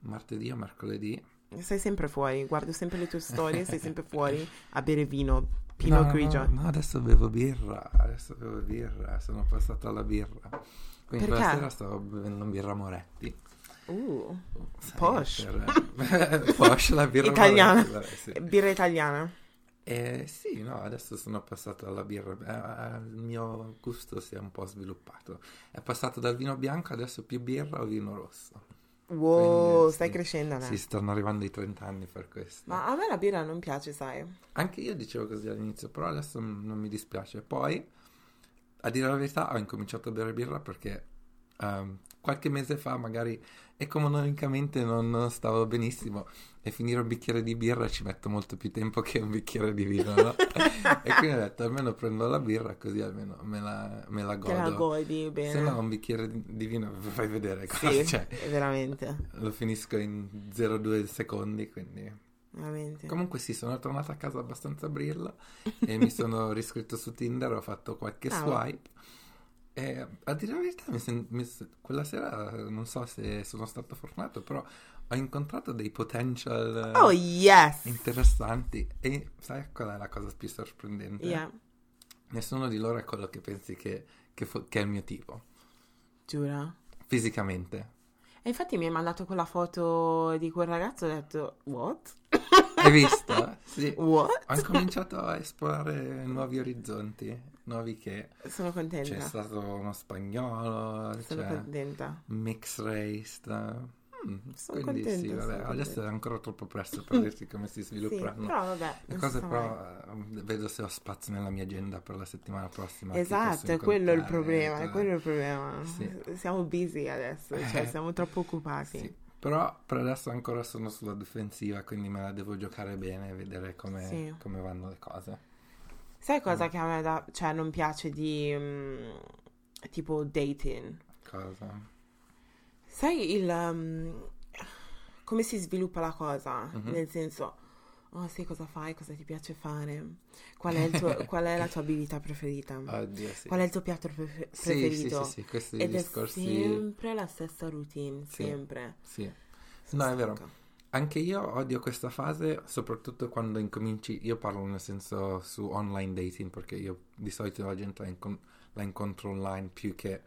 [SPEAKER 2] martedì o mercoledì.
[SPEAKER 1] Sei sempre fuori, guardo sempre le tue storie, sei sempre fuori a bere vino, Pinot
[SPEAKER 2] no,
[SPEAKER 1] Grigio.
[SPEAKER 2] No, no, adesso bevo birra, adesso bevo birra, sono passato alla birra. Quindi
[SPEAKER 1] Perché?
[SPEAKER 2] quella sera stavo bevendo birra Moretti.
[SPEAKER 1] Uh,
[SPEAKER 2] Sai,
[SPEAKER 1] Posh.
[SPEAKER 2] per- Posh la birra
[SPEAKER 1] Italiana.
[SPEAKER 2] Moretti, vabbè, sì.
[SPEAKER 1] birra italiana.
[SPEAKER 2] Eh, sì, no, adesso sono passato alla birra, eh, eh, il mio gusto si è un po' sviluppato. È passato dal vino bianco, adesso più birra o vino rosso.
[SPEAKER 1] Wow,
[SPEAKER 2] Quindi,
[SPEAKER 1] Oh, stai
[SPEAKER 2] sì.
[SPEAKER 1] crescendo, Anna.
[SPEAKER 2] Sì, stanno arrivando i 30 anni per questo.
[SPEAKER 1] Ma a me la birra non piace, sai.
[SPEAKER 2] Anche io dicevo così all'inizio, però adesso n- non mi dispiace. Poi, a dire la verità, ho incominciato a bere birra perché ehm, qualche mese fa magari economicamente non, non stavo benissimo e finire un bicchiere di birra ci metto molto più tempo che un bicchiere di vino, no? e quindi ho detto, almeno prendo la birra così almeno me la, me la
[SPEAKER 1] Te la
[SPEAKER 2] godo.
[SPEAKER 1] godi bene.
[SPEAKER 2] Se no cioè. un bicchiere di, di vino, fai vedere cosa
[SPEAKER 1] sì,
[SPEAKER 2] c'è.
[SPEAKER 1] veramente,
[SPEAKER 2] Lo finisco in 0,2 secondi, quindi...
[SPEAKER 1] veramente.
[SPEAKER 2] Eh, Comunque sì, sono tornato a casa abbastanza brilla e mi sono riscritto su Tinder, ho fatto qualche
[SPEAKER 1] Bravo.
[SPEAKER 2] swipe. E a dire la verità, mi sen- mi s- quella sera non so se sono stato fortunato, però ho incontrato dei potential eh,
[SPEAKER 1] Oh yes!
[SPEAKER 2] interessanti. E sai qual è la cosa più sorprendente?
[SPEAKER 1] Yeah,
[SPEAKER 2] Nessuno di loro è quello che pensi che, che fo- che è il mio tipo,
[SPEAKER 1] giura.
[SPEAKER 2] fisicamente.
[SPEAKER 1] E infatti mi hai mandato quella foto di quel ragazzo e ho detto, what?
[SPEAKER 2] Hai visto? sì.
[SPEAKER 1] What?
[SPEAKER 2] Ho incominciato a esplorare nuovi orizzonti, nuovi che...
[SPEAKER 1] Sono contenta.
[SPEAKER 2] C'è stato uno spagnolo, cioè, c'è
[SPEAKER 1] Sono contenta.
[SPEAKER 2] mixed race. da- Mm,
[SPEAKER 1] Sono
[SPEAKER 2] quindi sì,
[SPEAKER 1] contenta,
[SPEAKER 2] vabbè,
[SPEAKER 1] sono
[SPEAKER 2] adesso è
[SPEAKER 1] contenta.
[SPEAKER 2] ancora troppo presto per dirti come si
[SPEAKER 1] Sì, però
[SPEAKER 2] svilupperanno.
[SPEAKER 1] vabbè.
[SPEAKER 2] Le
[SPEAKER 1] non
[SPEAKER 2] cose
[SPEAKER 1] si sa mai.
[SPEAKER 2] però eh, vedo se ho spazio nella mia agenda per la settimana prossima. chi
[SPEAKER 1] Esatto,
[SPEAKER 2] posso
[SPEAKER 1] è quello il
[SPEAKER 2] incontrare,
[SPEAKER 1] problema, è
[SPEAKER 2] cosa-
[SPEAKER 1] quello il problema.
[SPEAKER 2] Sì.
[SPEAKER 1] Siamo busy adesso, cioè
[SPEAKER 2] Eh.
[SPEAKER 1] siamo troppo occupati.
[SPEAKER 2] Sì, Però per adesso ancora sono sulla difensiva, quindi me la devo giocare bene e vedere come,
[SPEAKER 1] Sì.
[SPEAKER 2] come vanno le cose.
[SPEAKER 1] Sai cosa
[SPEAKER 2] Mm.
[SPEAKER 1] che a me da- cioè, non piace di mm, tipo dating?
[SPEAKER 2] Cosa?
[SPEAKER 1] Mm. Sai il mm, come si sviluppa la cosa?
[SPEAKER 2] Mhm.
[SPEAKER 1] Nel senso, oh sì, cosa fai? Cosa ti piace fare? Qual è, il tuo- qual è la tua abilità preferita?
[SPEAKER 2] Oddio, Ah, sì.
[SPEAKER 1] Qual è il tuo piatto prefe-
[SPEAKER 2] sì,
[SPEAKER 1] preferito?
[SPEAKER 2] sì, sì, sì, questi
[SPEAKER 1] Ed
[SPEAKER 2] discorsi...
[SPEAKER 1] è sempre la stessa routine,
[SPEAKER 2] Sì.
[SPEAKER 1] sempre.
[SPEAKER 2] Sì. No, è vero.
[SPEAKER 1] Stanca.
[SPEAKER 2] Anche io odio questa fase, soprattutto quando incominci, io parlo nel senso su online dating, perché io di solito la gente la, incon- la incontro online più che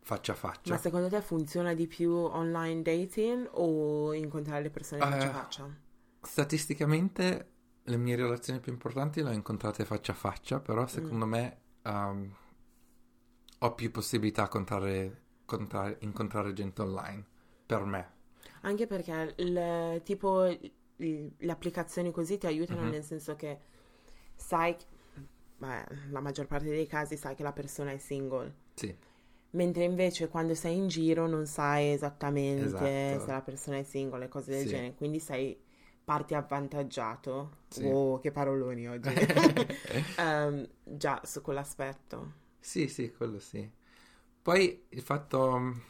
[SPEAKER 2] faccia a faccia.
[SPEAKER 1] Ma secondo te funziona di più online dating o incontrare le persone faccia a
[SPEAKER 2] Eh.
[SPEAKER 1] faccia?
[SPEAKER 2] Statisticamente le mie relazioni più importanti le ho incontrate faccia a faccia, però secondo me ehm, ho più possibilità a contare- contare- incontrare gente online, per me.
[SPEAKER 1] Anche perché il, tipo il- le applicazioni così ti aiutano
[SPEAKER 2] Mhm.
[SPEAKER 1] nel senso che sai, beh, la maggior parte dei casi sai che la persona è single.
[SPEAKER 2] Sì.
[SPEAKER 1] Mentre invece quando sei in giro non sai esattamente
[SPEAKER 2] Esatto.
[SPEAKER 1] se la persona è single e cose del
[SPEAKER 2] Sì.
[SPEAKER 1] genere, quindi sei parti avvantaggiato.
[SPEAKER 2] Sì.
[SPEAKER 1] Wow, che paroloni oggi.
[SPEAKER 2] Eh?
[SPEAKER 1] Ehm, già, su quell'aspetto.
[SPEAKER 2] Sì, sì, quello sì. Poi il fatto, mh,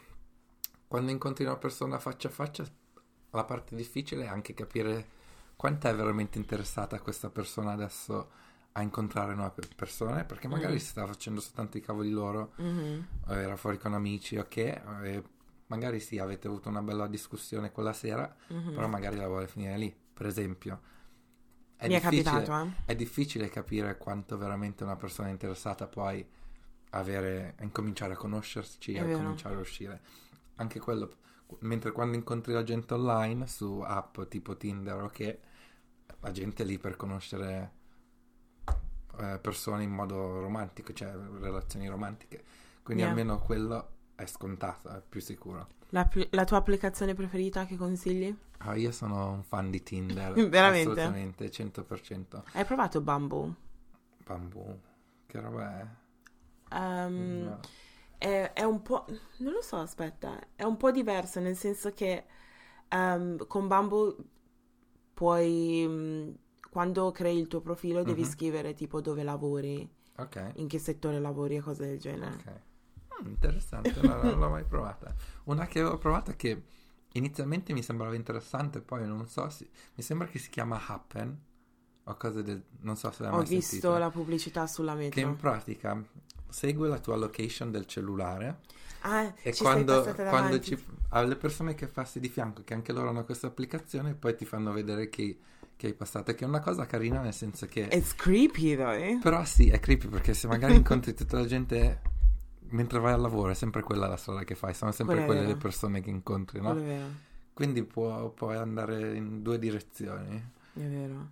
[SPEAKER 2] quando incontri una persona faccia a faccia, la parte difficile è anche capire quanto è veramente interessata questa persona adesso a incontrare nuove pe- persone, perché magari
[SPEAKER 1] Mm.
[SPEAKER 2] si sta facendo soltanto i cavoli loro,
[SPEAKER 1] Mhm.
[SPEAKER 2] o era fuori con amici, ok, e magari sì, avete avuto una bella discussione quella sera,
[SPEAKER 1] Mhm.
[SPEAKER 2] però magari la vuole finire lì, per esempio. È
[SPEAKER 1] Mi è
[SPEAKER 2] difficile-
[SPEAKER 1] capitato, eh?
[SPEAKER 2] è difficile capire quanto veramente una persona è interessata poi avere, a incominciare a conoscerci,
[SPEAKER 1] È
[SPEAKER 2] a
[SPEAKER 1] vero.
[SPEAKER 2] cominciare a uscire. Anche quello Mentre quando incontri la gente online su app tipo Tinder o che, la gente è lì per conoscere eh, persone in modo romantico, cioè relazioni romantiche. Quindi
[SPEAKER 1] Yeah.
[SPEAKER 2] almeno quello è scontato, è più sicuro.
[SPEAKER 1] La, pl- la tua applicazione preferita che consigli?
[SPEAKER 2] Ah, io sono un fan di Tinder.
[SPEAKER 1] Veramente?
[SPEAKER 2] Assolutamente, 100%.
[SPEAKER 1] Hai provato Bumble?
[SPEAKER 2] Bambù. Che roba è?
[SPEAKER 1] Ehm,
[SPEAKER 2] No.
[SPEAKER 1] è, è un po'... non lo so, aspetta, è un po' diverso nel senso che ehm, con Bumble puoi... mh, quando crei il tuo profilo devi
[SPEAKER 2] Mhm.
[SPEAKER 1] scrivere tipo dove lavori,
[SPEAKER 2] Ok.
[SPEAKER 1] in che settore lavori e cose del genere.
[SPEAKER 2] Ok. Mm, interessante, no, non l'ho mai provata. Una che avevo provato che inizialmente mi sembrava interessante, poi non so se... Mi sembra che si chiama Happen o cose del... Non so se l'hai
[SPEAKER 1] Ho
[SPEAKER 2] mai
[SPEAKER 1] visto
[SPEAKER 2] sentito.
[SPEAKER 1] la pubblicità sulla
[SPEAKER 2] Che in
[SPEAKER 1] metro.
[SPEAKER 2] pratica segue la tua location del cellulare
[SPEAKER 1] Ah,
[SPEAKER 2] e
[SPEAKER 1] ci sei
[SPEAKER 2] quando,
[SPEAKER 1] passata
[SPEAKER 2] quando
[SPEAKER 1] davanti.
[SPEAKER 2] ci... alle persone che passi di fianco, che anche loro hanno questa applicazione, poi ti fanno vedere chi, chi hai passato, che è una cosa carina nel senso che...
[SPEAKER 1] It's creepy, though, eh?
[SPEAKER 2] Però sì, è creepy perché se magari incontri tutta la gente mentre vai al lavoro, è sempre quella la strada che fai, sono sempre
[SPEAKER 1] Quello è
[SPEAKER 2] quelle le
[SPEAKER 1] vero.
[SPEAKER 2] persone che incontri,
[SPEAKER 1] Quello
[SPEAKER 2] no?
[SPEAKER 1] è vero,
[SPEAKER 2] Quindi può, puoi andare in due direzioni.
[SPEAKER 1] è vero.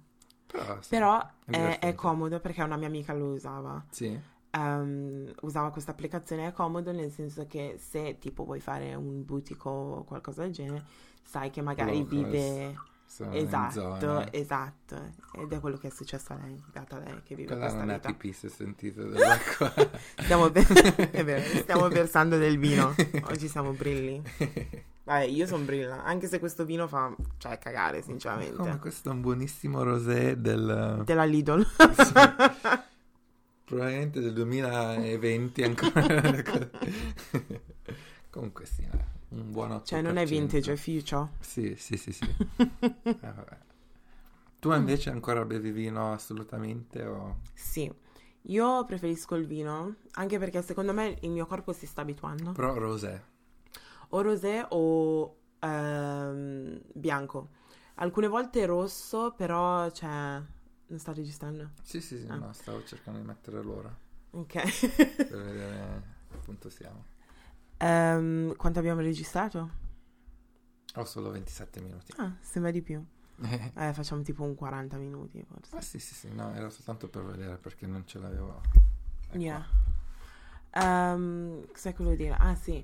[SPEAKER 2] Però, sì.
[SPEAKER 1] Però è,
[SPEAKER 2] divertente.
[SPEAKER 1] è comodo perché una mia amica lo usava.
[SPEAKER 2] Sì,
[SPEAKER 1] Ehm, usava questa applicazione, è comodo nel senso che se tipo vuoi fare un boutique o qualcosa del genere, sai che magari
[SPEAKER 2] Locals,
[SPEAKER 1] vive...
[SPEAKER 2] sono in zona.
[SPEAKER 1] Esatto, esatto. Ed è quello che è successo a lei, data lei che vive
[SPEAKER 2] Quella
[SPEAKER 1] questa
[SPEAKER 2] non è
[SPEAKER 1] vita.
[SPEAKER 2] pipì, se sentite dell'acqua.
[SPEAKER 1] Stiamo, ver- è vero, stiamo versando del vino. Oggi siamo brilli. Vabbè, io sono brilla, anche se questo vino fa, cioè, cagare,
[SPEAKER 2] Come
[SPEAKER 1] sinceramente.
[SPEAKER 2] questo è un buonissimo rosé del...
[SPEAKER 1] Della Lidl.
[SPEAKER 2] sì, probabilmente del 2020 ancora. Comunque sì, eh, un buon 8%.
[SPEAKER 1] Cioè, non è vintage, è future.
[SPEAKER 2] Sì, sì, sì, sì. Eh, vabbè. Tu invece ancora bevi vino assolutamente o...
[SPEAKER 1] Sì. Io preferisco il vino, anche perché secondo me il mio corpo si sta abituando.
[SPEAKER 2] Però rosé.
[SPEAKER 1] O rosé o ehm, bianco. Alcune volte rosso, però, cioè... Non sta registrando?
[SPEAKER 2] Sì, sì, sì,
[SPEAKER 1] Ah.
[SPEAKER 2] no, stavo cercando di mettere l'ora
[SPEAKER 1] Ok.
[SPEAKER 2] per vedere appunto siamo.
[SPEAKER 1] Ehm, quanto abbiamo registrato?
[SPEAKER 2] Ho solo 27 minuti.
[SPEAKER 1] Ah, sembra di più.
[SPEAKER 2] Eh,
[SPEAKER 1] Eh, facciamo tipo un 40 minuti, forse.
[SPEAKER 2] ah, sì, sì, sì, no, era soltanto per vedere perché non ce l'avevo. Ecco.
[SPEAKER 1] Yeah. Ehm, cos'è che volevo dire? Ah, sì.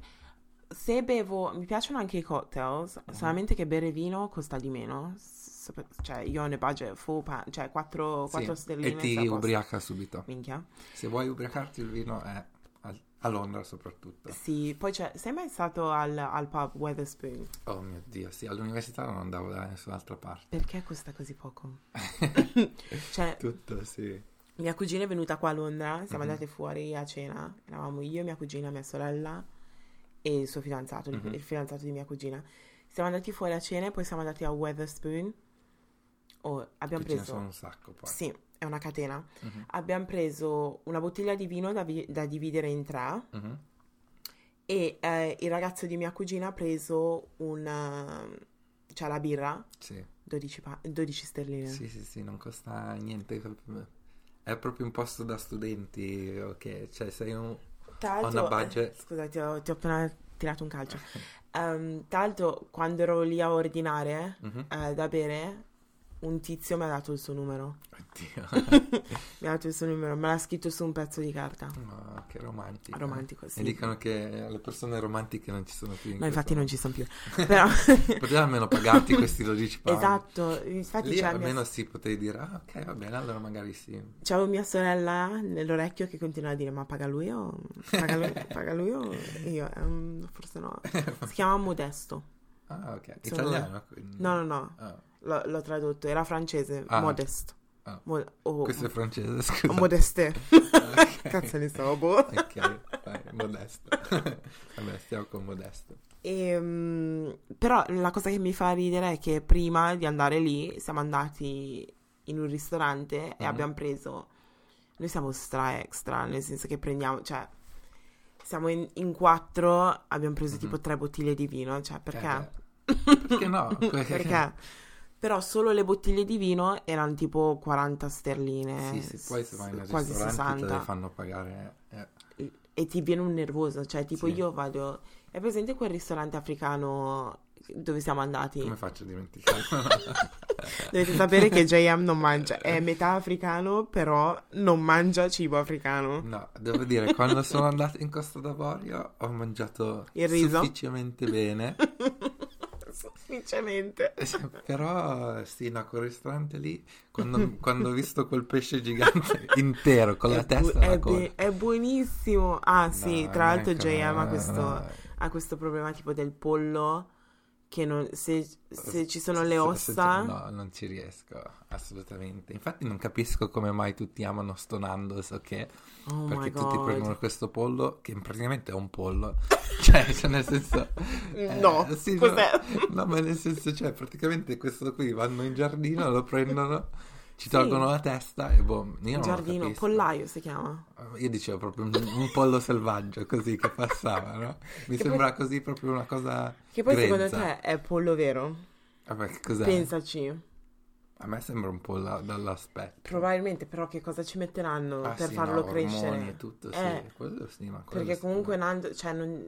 [SPEAKER 1] Se bevo, mi piacciono anche i cocktails, solamente che bere vino costa di meno. S- sopra- cioè, io ho ne budget full, pa- cioè 4,
[SPEAKER 2] Sì,
[SPEAKER 1] stelline.
[SPEAKER 2] e ti
[SPEAKER 1] sta a posto.
[SPEAKER 2] ubriaca subito.
[SPEAKER 1] Minchia.
[SPEAKER 2] Se vuoi ubriacarti il vino è a, a Londra soprattutto.
[SPEAKER 1] Sì, poi c'è, sei mai stato al, al pub Weatherspoon?
[SPEAKER 2] Oh mio Dio, sì, all'università non andavo da nessun'altra parte.
[SPEAKER 1] Perché costa così poco? cioè,
[SPEAKER 2] Tutto, sì.
[SPEAKER 1] mia cugina è venuta qua a Londra, siamo
[SPEAKER 2] Mhm.
[SPEAKER 1] andate fuori a cena, eravamo io, mia cugina, mia sorella e il suo fidanzato, il-
[SPEAKER 2] Mhm.
[SPEAKER 1] il fidanzato di mia cugina. Siamo andati fuori a cena e poi siamo andati a Weatherspoon. Oh, abbiamo
[SPEAKER 2] Che ce ne
[SPEAKER 1] preso...
[SPEAKER 2] sono un sacco poi.
[SPEAKER 1] Sì, è una catena.
[SPEAKER 2] Mhm,
[SPEAKER 1] Abbiamo preso una bottiglia di vino da, vi- da dividere in tre
[SPEAKER 2] mhm.
[SPEAKER 1] e eh, il ragazzo di mia cugina ha preso una... cioè la birra,
[SPEAKER 2] Sì.
[SPEAKER 1] 12, pa- 12 sterline.
[SPEAKER 2] sì, sì, sì, non costa niente. È proprio un posto da studenti, ok? Cioè sei un...
[SPEAKER 1] Tra
[SPEAKER 2] On a
[SPEAKER 1] l'altro, eh,
[SPEAKER 2] budget.
[SPEAKER 1] scusa, ti ho, ti ho appena tirato un calcio. Ehm, tra l'altro, quando ero lì a ordinare
[SPEAKER 2] Mhm.
[SPEAKER 1] eh, da bere, un tizio mi ha dato il suo numero.
[SPEAKER 2] Oddio,
[SPEAKER 1] Mi ha dato il suo numero, me l'ha scritto su un pezzo di carta.
[SPEAKER 2] ma che romantico.
[SPEAKER 1] Romantico, sì.
[SPEAKER 2] E dicono che le persone romantiche non ci sono più. in
[SPEAKER 1] No, infatti
[SPEAKER 2] questo
[SPEAKER 1] non ci sono più. Però,
[SPEAKER 2] mondo. Potevi almeno pagarti questi 12 pound.
[SPEAKER 1] esatto, infatti
[SPEAKER 2] Lì
[SPEAKER 1] c'è mia-
[SPEAKER 2] almeno sì, potevi dire, ah ok, va bene, allora magari sì.
[SPEAKER 1] c'avevo mia sorella nell'orecchio che continuava a dire ma paga lui o paga lui, paga lui o io? Ehm, forse no. Si chiama Modesto.
[SPEAKER 2] Ah ok,
[SPEAKER 1] Sono-
[SPEAKER 2] italiano quindi.
[SPEAKER 1] No, no, no,
[SPEAKER 2] Ah,
[SPEAKER 1] l'ho, l'ho tradotto, era francese,
[SPEAKER 2] Ah.
[SPEAKER 1] Modesto.
[SPEAKER 2] Ah.
[SPEAKER 1] Mo- oh,
[SPEAKER 2] Questo è francese, scusa.
[SPEAKER 1] Modeste.
[SPEAKER 2] Ok.
[SPEAKER 1] Cazzo ne stavo boh.
[SPEAKER 2] Ok, vai, modesto. Vabbè, stiamo con modesto.
[SPEAKER 1] Ehm, però la cosa che mi fa ridere è che prima di andare lì siamo andati in un ristorante e
[SPEAKER 2] Mhm.
[SPEAKER 1] abbiamo preso. Noi siamo stra extra, nel senso che prendiamo, cioè, siamo in, in quattro, abbiamo preso
[SPEAKER 2] Mhm.
[SPEAKER 1] tipo tre bottiglie di vino, cioè, perché?
[SPEAKER 2] Eh, beh, perché no?
[SPEAKER 1] perché? Però solo le bottiglie di vino erano tipo 40 sterline,
[SPEAKER 2] Sì, sì, poi se vai in un
[SPEAKER 1] Eh, s- quasi
[SPEAKER 2] ristorante te
[SPEAKER 1] 60.
[SPEAKER 2] le fanno pagare. eh.
[SPEAKER 1] e ti viene un nervoso, cioè tipo
[SPEAKER 2] Sì.
[SPEAKER 1] io vado È presente quel ristorante africano dove siamo andati?
[SPEAKER 2] Come faccio a dimenticarlo?
[SPEAKER 1] Dovete sapere che JM non mangia, è metà africano, però non mangia cibo africano.
[SPEAKER 2] No, devo dire, quando sono andato in Costa d'Avorio ho mangiato
[SPEAKER 1] Il riso?
[SPEAKER 2] sufficienmente bene.
[SPEAKER 1] Sufficienmente.
[SPEAKER 2] Però sì, no, quel ristorante lì, quando, quando ho visto quel pesce gigante intero con la
[SPEAKER 1] È bu-
[SPEAKER 2] testa e
[SPEAKER 1] è,
[SPEAKER 2] la coda.
[SPEAKER 1] be- è buonissimo. Ah, sì,
[SPEAKER 2] No,
[SPEAKER 1] tra l'altro
[SPEAKER 2] neanche-
[SPEAKER 1] JM ha questo,
[SPEAKER 2] no.
[SPEAKER 1] ha questo problema tipo del pollo. Che non, se, se ci sono le
[SPEAKER 2] Se- se-
[SPEAKER 1] ossa.
[SPEAKER 2] No, non ci riesco, assolutamente. Infatti non capisco come mai tutti amano sto Nando's, ok?
[SPEAKER 1] oh my
[SPEAKER 2] Perché
[SPEAKER 1] god.
[SPEAKER 2] tutti prendono questo pollo, che praticamente è un pollo. cioè, cioè, nel senso...
[SPEAKER 1] No,
[SPEAKER 2] sì,
[SPEAKER 1] cos'è?
[SPEAKER 2] No, ma nel senso, cioè, praticamente questo qui vanno in giardino, lo prendono, ci
[SPEAKER 1] Sì.
[SPEAKER 2] tolgono la testa e boh, io non lo
[SPEAKER 1] Giardino,
[SPEAKER 2] capisco.
[SPEAKER 1] pollaio si chiama.
[SPEAKER 2] Io dicevo proprio un, un pollo selvaggio così che passava, no? Mi
[SPEAKER 1] Che poi-
[SPEAKER 2] sembra così proprio una cosa
[SPEAKER 1] Che poi
[SPEAKER 2] grezza.
[SPEAKER 1] secondo te è pollo vero?
[SPEAKER 2] Vabbè, che cos'è?
[SPEAKER 1] Pensaci.
[SPEAKER 2] A me sembra un po' la- dall'aspetto.
[SPEAKER 1] Probabilmente, però, che cosa ci metteranno
[SPEAKER 2] Ah,
[SPEAKER 1] per
[SPEAKER 2] sì,
[SPEAKER 1] farlo
[SPEAKER 2] no, ormoni
[SPEAKER 1] crescere?
[SPEAKER 2] e tutto, sì.
[SPEAKER 1] Eh,
[SPEAKER 2] Quello sì, ma quello
[SPEAKER 1] Perché
[SPEAKER 2] sì.
[SPEAKER 1] comunque Nando, cioè, non-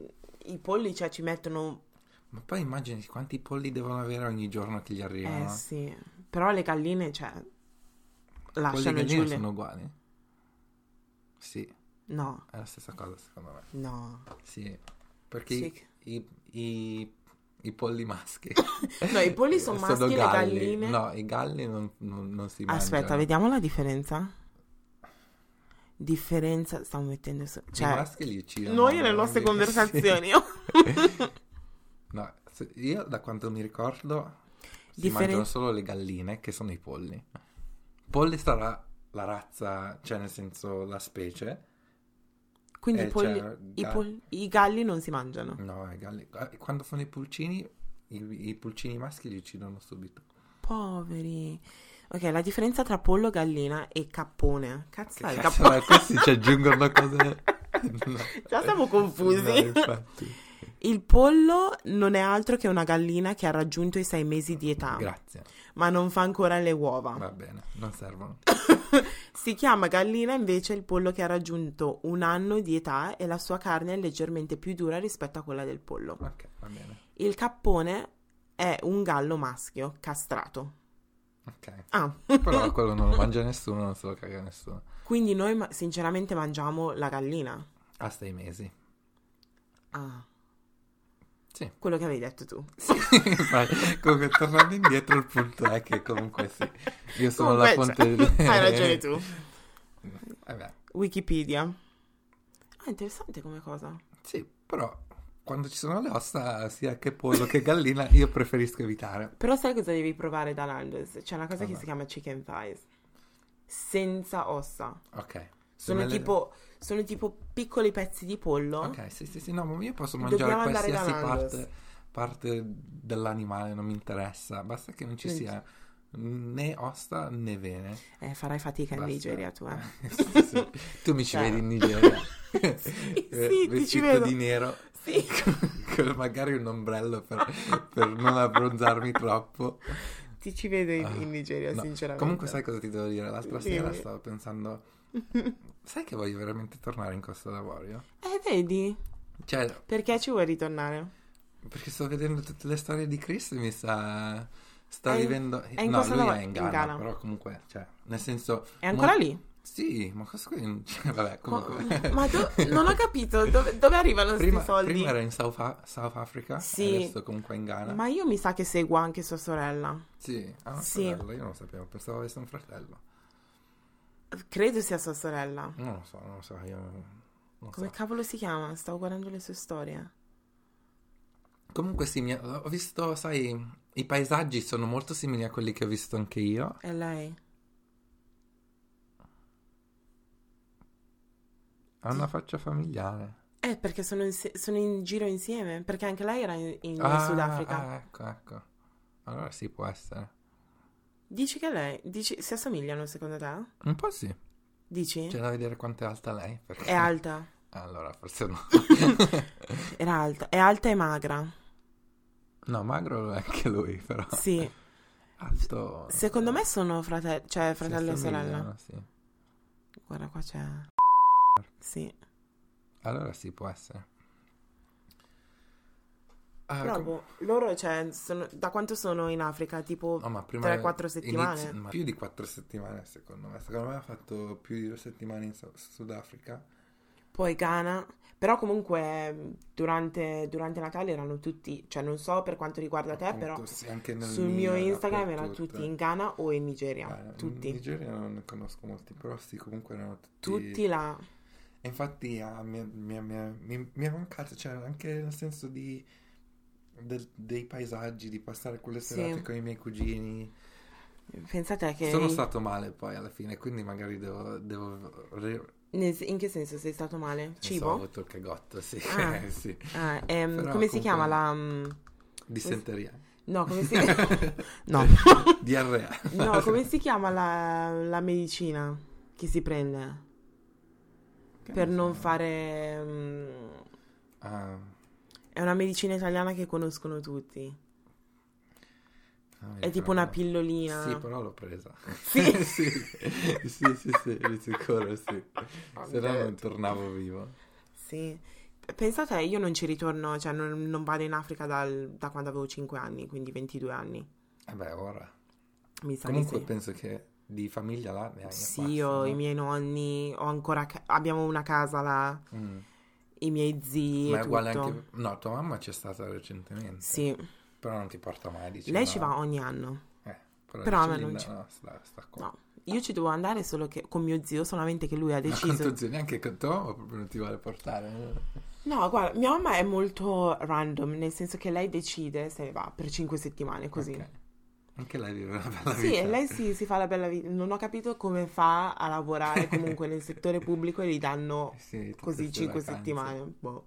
[SPEAKER 1] i polli cioè, ci mettono.
[SPEAKER 2] Ma poi immagini quanti polli devono avere ogni giorno che gli
[SPEAKER 1] Eh
[SPEAKER 2] arrivano.
[SPEAKER 1] sì. Però le galline, cioè.
[SPEAKER 2] Polli e
[SPEAKER 1] Lasciano giù
[SPEAKER 2] galline
[SPEAKER 1] le.
[SPEAKER 2] sono uguali? Sì,
[SPEAKER 1] No,
[SPEAKER 2] è la stessa cosa secondo me.
[SPEAKER 1] no.
[SPEAKER 2] Sì, perché
[SPEAKER 1] Sì.
[SPEAKER 2] i- i, i- i polli maschi...
[SPEAKER 1] No, i polli sono maschi, le
[SPEAKER 2] galli.
[SPEAKER 1] galline.
[SPEAKER 2] No, i galli non, non- non si mangiano.
[SPEAKER 1] Aspetta, vediamo la differenza. Differenza, stiamo mettendo su.
[SPEAKER 2] I
[SPEAKER 1] Cioè,
[SPEAKER 2] maschi li uccidono.
[SPEAKER 1] noi nelle
[SPEAKER 2] non
[SPEAKER 1] nostre
[SPEAKER 2] li-
[SPEAKER 1] conversazioni.
[SPEAKER 2] No, se- io da quanto mi ricordo si
[SPEAKER 1] Differen-
[SPEAKER 2] mangiano solo le galline, che sono i polli. Polli sarà la razza, cioè nel senso la specie.
[SPEAKER 1] Quindi i
[SPEAKER 2] Eh,
[SPEAKER 1] polli-
[SPEAKER 2] cioè, Mm.
[SPEAKER 1] i
[SPEAKER 2] ga-
[SPEAKER 1] pol- i galli non si mangiano.
[SPEAKER 2] No, i galli... eh, Quando fanno i pulcini, i, i pulcini maschi li uccidono subito.
[SPEAKER 1] Poveri. Ok, la differenza tra pollo, gallina e cappone. Cazzo, è Ah, il
[SPEAKER 2] cazzo,
[SPEAKER 1] cappone.
[SPEAKER 2] ma questi ci aggiungono cose... No.
[SPEAKER 1] Già siamo
[SPEAKER 2] No,
[SPEAKER 1] confusi.
[SPEAKER 2] infatti.
[SPEAKER 1] il pollo non è altro che una gallina che ha raggiunto i sei mesi di età,
[SPEAKER 2] Grazie,
[SPEAKER 1] ma non fa ancora le uova.
[SPEAKER 2] va bene, non servono.
[SPEAKER 1] Si chiama gallina invece il pollo che ha raggiunto un anno di età e la sua carne è leggermente più dura rispetto a quella del pollo.
[SPEAKER 2] Ok, va bene.
[SPEAKER 1] Il cappone è un gallo maschio castrato.
[SPEAKER 2] Ok.
[SPEAKER 1] Ah,
[SPEAKER 2] Però quello non lo mangia nessuno, non se lo caga nessuno.
[SPEAKER 1] quindi noi ma- sinceramente mangiamo la gallina.
[SPEAKER 2] A sei mesi.
[SPEAKER 1] Ah.
[SPEAKER 2] Sì.
[SPEAKER 1] Quello che avevi detto tu.
[SPEAKER 2] Ma comunque tornando indietro il punto è che comunque sì io sono la
[SPEAKER 1] Comunque,
[SPEAKER 2] fonte Eh
[SPEAKER 1] cioè, hai ragione tu.
[SPEAKER 2] vabbè
[SPEAKER 1] Wikipedia. Ah, interessante come cosa.
[SPEAKER 2] sì però quando ci sono le ossa sia che pollo che gallina io preferisco evitare
[SPEAKER 1] Però sai cosa devi provare da Nando's? C'è una cosa che
[SPEAKER 2] Vabbè.
[SPEAKER 1] si chiama chicken thighs. Senza ossa.
[SPEAKER 2] ok Se
[SPEAKER 1] Sono,
[SPEAKER 2] me le-
[SPEAKER 1] tipo, sono tipo piccoli pezzi di pollo.
[SPEAKER 2] ok sì sì sì no ma io posso
[SPEAKER 1] Dobbiamo
[SPEAKER 2] mangiare
[SPEAKER 1] andare da
[SPEAKER 2] qualsiasi
[SPEAKER 1] Nando's.
[SPEAKER 2] parte, parte dell'animale non mi interessa basta che non ci
[SPEAKER 1] Non
[SPEAKER 2] sia né ossa né vene
[SPEAKER 1] Eh, farai fatica in
[SPEAKER 2] Basta.
[SPEAKER 1] Nigeria tu, eh.
[SPEAKER 2] Sì, sì. tu mi ci
[SPEAKER 1] Cioè.
[SPEAKER 2] vedi in Nigeria
[SPEAKER 1] sì,
[SPEAKER 2] Eh,
[SPEAKER 1] sì, ti ci
[SPEAKER 2] vestito
[SPEAKER 1] vedo.
[SPEAKER 2] di nero
[SPEAKER 1] Sì.
[SPEAKER 2] con magari un ombrello per, per non abbronzarmi troppo.
[SPEAKER 1] Ti ci vedo in, in Nigeria,
[SPEAKER 2] Ah, No,
[SPEAKER 1] sinceramente.
[SPEAKER 2] Comunque, sai cosa ti devo dire? L'altra
[SPEAKER 1] Dimmi.
[SPEAKER 2] sera stavo pensando, sai che voglio veramente tornare in Costa d'Avorio?
[SPEAKER 1] Eh, vedi?
[SPEAKER 2] Cioè,
[SPEAKER 1] Perché ci vuoi ritornare?
[SPEAKER 2] perché sto vedendo tutte le storie di Chris e mi sa. Sta
[SPEAKER 1] È in-
[SPEAKER 2] vivendo.
[SPEAKER 1] è in
[SPEAKER 2] no,
[SPEAKER 1] Costa
[SPEAKER 2] lui
[SPEAKER 1] d'Avorio-
[SPEAKER 2] è in
[SPEAKER 1] in
[SPEAKER 2] Ghana,
[SPEAKER 1] Ghana.
[SPEAKER 2] però comunque, cioè, nel senso.
[SPEAKER 1] È ancora
[SPEAKER 2] mo-
[SPEAKER 1] lì?
[SPEAKER 2] Sì, ma cosa qui? cioè, vabbè, comunque.
[SPEAKER 1] Co- Ma do- non ho capito dove, dove arrivano questi
[SPEAKER 2] prima,
[SPEAKER 1] soldi.
[SPEAKER 2] prima era in South, A- South Africa,
[SPEAKER 1] Sì.
[SPEAKER 2] e adesso comunque è in Ghana.
[SPEAKER 1] Ma io mi sa che seguo anche sua sorella.
[SPEAKER 2] Sì, ha una
[SPEAKER 1] Sì.
[SPEAKER 2] sorella, io non lo sapevo, pensavo avesse un fratello.
[SPEAKER 1] Credo sia sua sorella.
[SPEAKER 2] Non lo so, non lo so, io non
[SPEAKER 1] Come
[SPEAKER 2] so.
[SPEAKER 1] cavolo si chiama? Stavo guardando le sue storie.
[SPEAKER 2] Comunque sì, mi- ho visto, sai, i paesaggi sono molto simili a quelli che ho visto anche io.
[SPEAKER 1] È lei.
[SPEAKER 2] Ha una faccia familiare.
[SPEAKER 1] Eh, perché sono in, sono in giro insieme. Perché anche lei era in, in
[SPEAKER 2] Ah,
[SPEAKER 1] Sudafrica.
[SPEAKER 2] ah, ecco, ecco. Allora sì, può essere.
[SPEAKER 1] Dici che lei. Dici, si assomigliano secondo te?
[SPEAKER 2] Un po' sì.
[SPEAKER 1] Dici?
[SPEAKER 2] C'è da vedere quanto è alta lei, perché...
[SPEAKER 1] È alta.
[SPEAKER 2] Allora, forse no.
[SPEAKER 1] Era alta. È alta e magra.
[SPEAKER 2] Ah, No, magro lo è anche lui, però.
[SPEAKER 1] Sì.
[SPEAKER 2] Alto...
[SPEAKER 1] Secondo me sono fratello. Cioè,
[SPEAKER 2] eh. si
[SPEAKER 1] fratello e sorella.
[SPEAKER 2] assomigliano, Certo. Sì.
[SPEAKER 1] Guarda, qua c'è. Sì.
[SPEAKER 2] Allora sì, può essere. Ah,
[SPEAKER 1] Però
[SPEAKER 2] com-
[SPEAKER 1] boh, loro, cioè, sono- da quanto sono in Africa? Tipo
[SPEAKER 2] No, Oh, ma prima
[SPEAKER 1] 3-4 settimane?
[SPEAKER 2] inizi- ma più di 4 settimane, secondo me. Secondo me ha fatto più di 2 settimane in Su- Sudafrica.
[SPEAKER 1] Poi Ghana. Però comunque mh, durante, durante Natale erano tutti, cioè non so per quanto riguarda te, però
[SPEAKER 2] Appunto, sì, anche nel
[SPEAKER 1] sul mio
[SPEAKER 2] Niger,
[SPEAKER 1] Instagram erano
[SPEAKER 2] dappertutto.
[SPEAKER 1] tutti in Ghana o in Nigeria.
[SPEAKER 2] Ah,
[SPEAKER 1] tutti.
[SPEAKER 2] In Nigeria non ne conosco molti, però sì, comunque erano tutti...
[SPEAKER 1] Tutti là.
[SPEAKER 2] E infatti ah, mi, mi- mi- mi- mi è mancato, cioè anche nel senso di... del- dei paesaggi, di passare quelle
[SPEAKER 1] Sì.
[SPEAKER 2] serate con i miei cugini.
[SPEAKER 1] Pensate che...
[SPEAKER 2] Sono stato male poi alla fine, quindi magari devo... devo re-
[SPEAKER 1] nel- In che senso sei stato male?
[SPEAKER 2] Ho
[SPEAKER 1] Cibo?
[SPEAKER 2] avuto il cagotto, sì.
[SPEAKER 1] Ah.
[SPEAKER 2] sì.
[SPEAKER 1] Ah, ehm,
[SPEAKER 2] Però
[SPEAKER 1] come si chiama
[SPEAKER 2] comunque-
[SPEAKER 1] la... mh,
[SPEAKER 2] Dissenteria.
[SPEAKER 1] No, come si... no.
[SPEAKER 2] Diarrea.
[SPEAKER 1] No, come si chiama la, la medicina che si prende
[SPEAKER 2] Che
[SPEAKER 1] per
[SPEAKER 2] ne
[SPEAKER 1] non
[SPEAKER 2] so.
[SPEAKER 1] fare... mm,
[SPEAKER 2] Ah,
[SPEAKER 1] È una medicina italiana che conoscono tutti.
[SPEAKER 2] Eh, non mi
[SPEAKER 1] È tipo una
[SPEAKER 2] ricordo.
[SPEAKER 1] pillolina.
[SPEAKER 2] Sì, però l'ho presa.
[SPEAKER 1] Sì?
[SPEAKER 2] sì, sì, sì, sì, di sicuro sì.
[SPEAKER 1] Ah,
[SPEAKER 2] Se no non tornavo vivo.
[SPEAKER 1] Sì. Pensate, eh, io non ci ritorno, cioè non, non vado in Africa dal- da quando avevo 5 anni, quindi 22 anni.
[SPEAKER 2] Eh beh, ora.
[SPEAKER 1] Mi sa
[SPEAKER 2] Comunque
[SPEAKER 1] di
[SPEAKER 2] penso che di famiglia là ne hai
[SPEAKER 1] sì. Sì, ho i miei nonni, ho ancora ca- abbiamo una casa là, i miei zii
[SPEAKER 2] Mm. Ma
[SPEAKER 1] e
[SPEAKER 2] è uguale
[SPEAKER 1] tutto.
[SPEAKER 2] anche... No, tua mamma c'è stata recentemente.
[SPEAKER 1] Sì,
[SPEAKER 2] Però non ti porta mai, dice,
[SPEAKER 1] lei
[SPEAKER 2] no.
[SPEAKER 1] ci va ogni anno.
[SPEAKER 2] Eh, però,
[SPEAKER 1] Però a
[SPEAKER 2] dice
[SPEAKER 1] me non
[SPEAKER 2] Linda,
[SPEAKER 1] ci-
[SPEAKER 2] No, sta, sta qua.
[SPEAKER 1] No, Io ci dovevo andare solo che, con mio zio, solamente che lui ha
[SPEAKER 2] Ma
[SPEAKER 1] deciso.
[SPEAKER 2] quanto zio, neanche con tua mamma proprio non ti vuole portare.
[SPEAKER 1] No, guarda, mia mamma è molto random, nel senso che lei decide se ne va per 5 settimane, così.
[SPEAKER 2] Ok. Anche lei vive una bella
[SPEAKER 1] Sì,
[SPEAKER 2] vita.
[SPEAKER 1] e lei si, si fa la bella vita. Non ho capito come fa a lavorare comunque nel settore pubblico e gli danno
[SPEAKER 2] Sì, tutte
[SPEAKER 1] così
[SPEAKER 2] queste
[SPEAKER 1] 5
[SPEAKER 2] vacanze.
[SPEAKER 1] settimane. boh.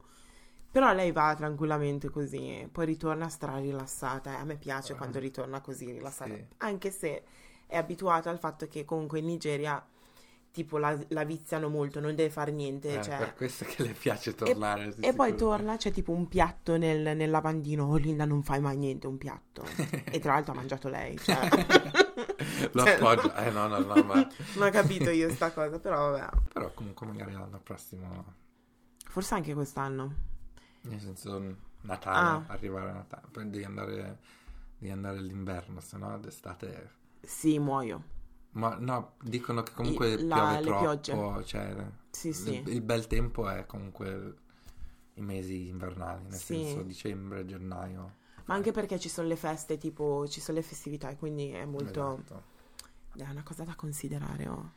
[SPEAKER 1] Però lei va tranquillamente così e poi ritorna stra rilassata. E a me piace
[SPEAKER 2] Ah.
[SPEAKER 1] quando ritorna così rilassata.
[SPEAKER 2] Sì.
[SPEAKER 1] Anche se è abituata al fatto che comunque in Nigeria tipo la, la viziano molto, non deve fare niente.
[SPEAKER 2] Eh,
[SPEAKER 1] cioè-
[SPEAKER 2] Per questo che le piace tornare. sono
[SPEAKER 1] E poi
[SPEAKER 2] sicuro.
[SPEAKER 1] torna, c'è tipo un piatto nel, nel lavandino. Oh, Linda non fai mai niente, un piatto. e tra l'altro ha mangiato lei. Cioè...
[SPEAKER 2] Lo
[SPEAKER 1] Cioè-
[SPEAKER 2] appoggio. Eh no, no, no, ma...
[SPEAKER 1] Non ho capito io sta cosa, però vabbè.
[SPEAKER 2] Però comunque magari l'anno prossimo,
[SPEAKER 1] Forse anche quest'anno.
[SPEAKER 2] nel senso Natale,
[SPEAKER 1] Ah.
[SPEAKER 2] arrivare a Natale, poi devi andare, devi andare all'inverno, se no d'estate...
[SPEAKER 1] Sì, muoio.
[SPEAKER 2] Ma no, dicono che comunque
[SPEAKER 1] I- la-
[SPEAKER 2] piove
[SPEAKER 1] le
[SPEAKER 2] troppo,
[SPEAKER 1] piogge.
[SPEAKER 2] cioè
[SPEAKER 1] Sì,
[SPEAKER 2] il-
[SPEAKER 1] sì.
[SPEAKER 2] il bel tempo è comunque i mesi invernali, nel
[SPEAKER 1] Sì.
[SPEAKER 2] senso dicembre, gennaio.
[SPEAKER 1] Ma anche perché ci sono le feste, tipo, ci sono le festività, e quindi è molto...
[SPEAKER 2] Esatto.
[SPEAKER 1] È una cosa da considerare, oh.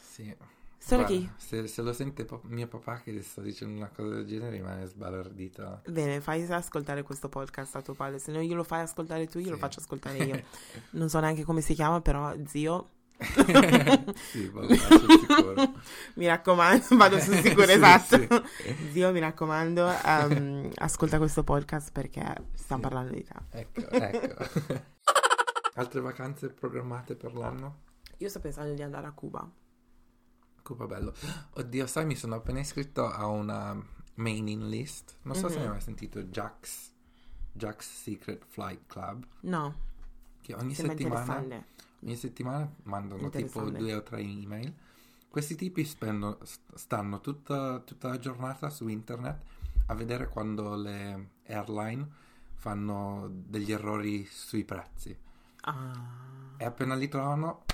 [SPEAKER 2] Sì.
[SPEAKER 1] Solo
[SPEAKER 2] Guarda,
[SPEAKER 1] chi?
[SPEAKER 2] Se, se lo sente pap- mio papà che sta dicendo una cosa del genere rimane sbalordito.
[SPEAKER 1] Bene, fai ascoltare questo podcast a tuo padre, se no io lo fai ascoltare tu, io lo
[SPEAKER 2] Sì.
[SPEAKER 1] faccio ascoltare io. Non so neanche come si chiama, però zio,
[SPEAKER 2] sì, vabbè, sono sicuro.
[SPEAKER 1] mi raccomando, vado sul sicuro,
[SPEAKER 2] Sì,
[SPEAKER 1] esatto.
[SPEAKER 2] sì.
[SPEAKER 1] Zio, mi raccomando, ehm, ascolta questo podcast perché stiamo
[SPEAKER 2] Sì.
[SPEAKER 1] parlando di te.
[SPEAKER 2] Ecco, ecco. Altre vacanze programmate per l'anno?
[SPEAKER 1] Io sto pensando di andare a Cuba.
[SPEAKER 2] Cuba bello. Oddio, sai, mi sono appena iscritto a una mailing list. Non so se
[SPEAKER 1] Mhm.
[SPEAKER 2] ne hai mai sentito Jack's, Jack's Secret Flight Club.
[SPEAKER 1] No,
[SPEAKER 2] Che ogni
[SPEAKER 1] sembra
[SPEAKER 2] settimana
[SPEAKER 1] interessante.
[SPEAKER 2] Ogni settimana mandano tipo
[SPEAKER 1] Interessante.
[SPEAKER 2] due o tre email. Questi tipi spendono- st- stanno tutta, tutta la giornata su internet a vedere quando le airline fanno degli errori sui prezzi.
[SPEAKER 1] Ah.
[SPEAKER 2] E appena li trovano,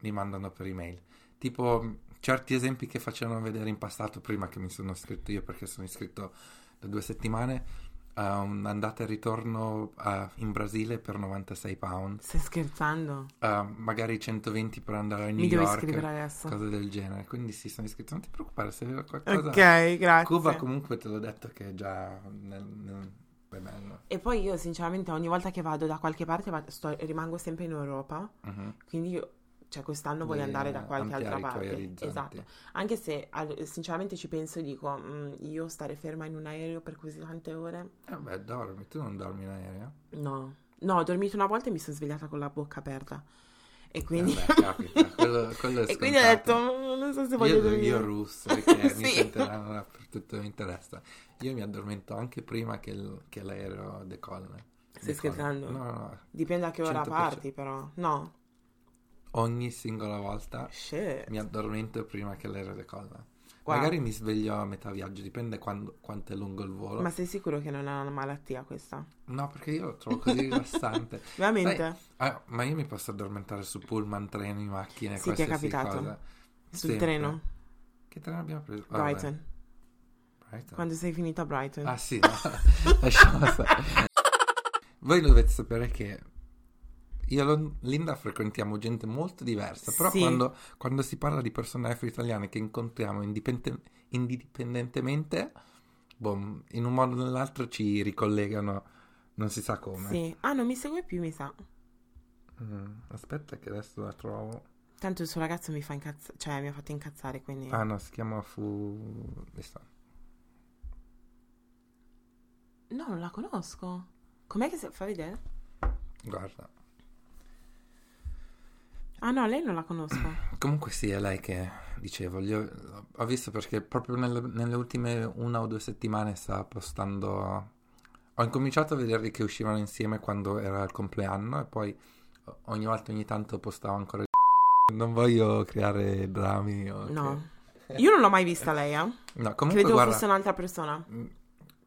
[SPEAKER 2] li mandano per email. Tipo mh, certi esempi che facevano vedere in passato prima che mi sono iscritto io, perché sono iscritto da due settimane, a un'andata e ritorno eh, in Brasile per 96 pound.
[SPEAKER 1] Stai scherzando?
[SPEAKER 2] Uh, magari 120 per andare a New
[SPEAKER 1] Mi devo
[SPEAKER 2] York,
[SPEAKER 1] iscrivere adesso.
[SPEAKER 2] cose del genere. Quindi sì, sono iscritto. Non ti preoccupare, se vedo qualcosa.
[SPEAKER 1] Ok, Eh, grazie.
[SPEAKER 2] Cuba comunque te l'ho detto che è già nel, nel- è bello.
[SPEAKER 1] E poi io sinceramente ogni volta che vado da qualche parte va- sto- rimango sempre in Europa,
[SPEAKER 2] Mhm.
[SPEAKER 1] quindi io, cioè quest'anno voglio
[SPEAKER 2] Devi
[SPEAKER 1] andare da qualche
[SPEAKER 2] ampliare
[SPEAKER 1] altra
[SPEAKER 2] i tuoi
[SPEAKER 1] parte.
[SPEAKER 2] orizzonti.
[SPEAKER 1] Esatto. Anche se al- sinceramente ci penso e dico, "Mm, io stare ferma in un aereo per così tante ore?
[SPEAKER 2] Eh beh, dormi, tu non dormi in aereo?
[SPEAKER 1] No. No, ho dormito una volta e mi sono svegliata con la bocca aperta. E quindi...
[SPEAKER 2] Eh beh, capita, quello, quello è
[SPEAKER 1] e quindi ho detto,
[SPEAKER 2] scontato.
[SPEAKER 1] "Mm, non so se voglio
[SPEAKER 2] Io,
[SPEAKER 1] dormire.
[SPEAKER 2] io russo perché mi
[SPEAKER 1] Sì.
[SPEAKER 2] sentiranno dappertutto mi interessa. Io mi addormento anche prima che, il- che l'aereo decolla.
[SPEAKER 1] Stai
[SPEAKER 2] Decolla.
[SPEAKER 1] scherzando?
[SPEAKER 2] No, no, no.
[SPEAKER 1] Dipende a che ora
[SPEAKER 2] 100%.
[SPEAKER 1] parti però. No.
[SPEAKER 2] Ogni singola volta
[SPEAKER 1] Shit.
[SPEAKER 2] mi addormento prima che l'aereo decolla.
[SPEAKER 1] Wow.
[SPEAKER 2] Magari mi sveglio a metà viaggio, dipende quando- quanto è lungo il volo.
[SPEAKER 1] Ma sei sicuro che non è una malattia questa?
[SPEAKER 2] No, perché io lo trovo così rilassante.
[SPEAKER 1] Veramente?
[SPEAKER 2] Ah, ma io mi posso addormentare su pullman, treni, macchine,
[SPEAKER 1] Sì, ti è
[SPEAKER 2] qualsiasi
[SPEAKER 1] capitato.
[SPEAKER 2] cosa.
[SPEAKER 1] Sul
[SPEAKER 2] Sempre.
[SPEAKER 1] treno?
[SPEAKER 2] Che treno abbiamo preso? Vabbè,
[SPEAKER 1] Brighton.
[SPEAKER 2] Brighton.
[SPEAKER 1] Quando sei finita a Brighton.
[SPEAKER 2] Ah sì, no. lasciamo stare. Voi dovete sapere che io e Lon- Linda frequentiamo gente molto diversa, però
[SPEAKER 1] Sì.
[SPEAKER 2] quando, quando si parla di persone afro-italiane che incontriamo indipende- indipendentemente, boh, in un modo o nell'altro ci ricollegano, non si sa come.
[SPEAKER 1] Sì. Ah, non mi segue più, mi sa.
[SPEAKER 2] Mm, aspetta che adesso la trovo.
[SPEAKER 1] Tanto il suo ragazzo mi fa incazzare, cioè mi ha fatto incazzare, quindi...
[SPEAKER 2] Ah no, si chiama Fu... questa.
[SPEAKER 1] No, non la conosco. Com'è che si fa vedere?
[SPEAKER 2] Guarda.
[SPEAKER 1] Ah no, lei non la conosco.
[SPEAKER 2] Comunque sì, è lei che dicevo, gli ho, ho visto perché proprio nelle, nelle ultime una o due settimane sta postando... Ho incominciato a vederli che uscivano insieme quando era il compleanno e poi ogni volta ogni tanto postavo ancora... Non voglio creare drammi o... che-
[SPEAKER 1] No. Io non l'ho mai vista lei, eh.
[SPEAKER 2] No, comunque
[SPEAKER 1] Credo
[SPEAKER 2] guarda...
[SPEAKER 1] fosse un'altra persona.
[SPEAKER 2] Mm,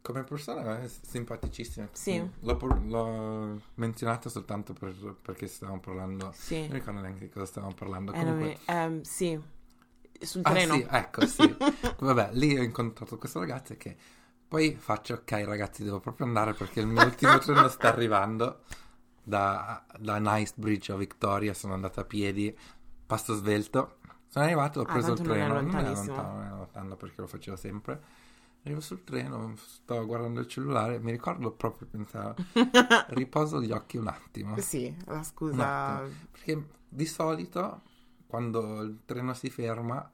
[SPEAKER 2] Come persona è simpaticissima.
[SPEAKER 1] Sì.
[SPEAKER 2] Mm, L'ho, por- l'ho menzionata soltanto per- perché stavamo parlando.
[SPEAKER 1] Sì.
[SPEAKER 2] Non ricordo neanche di cosa stavamo parlando.
[SPEAKER 1] Eh, non
[SPEAKER 2] Eh, Comunque.
[SPEAKER 1] mi- ehm, sì. Sul
[SPEAKER 2] Ah,
[SPEAKER 1] treno.
[SPEAKER 2] sì, ecco, sì. Vabbè, lì ho incontrato questa ragazza che poi faccio, ok ragazzi, devo proprio andare perché il mio ultimo treno sta arrivando da, da Nicebridge a Victoria, sono andato a piedi, passo svelto, sono arrivato, ho
[SPEAKER 1] Ah,
[SPEAKER 2] preso il
[SPEAKER 1] tanto non è
[SPEAKER 2] treno, non era
[SPEAKER 1] lontanissimo.
[SPEAKER 2] lontano, non era lontano perché lo facevo sempre. Arrivo sul treno, sto guardando il cellulare, mi ricordo proprio, pensavo, riposo gli occhi un attimo.
[SPEAKER 1] Sì, la scusa.
[SPEAKER 2] Perché di solito quando il treno si ferma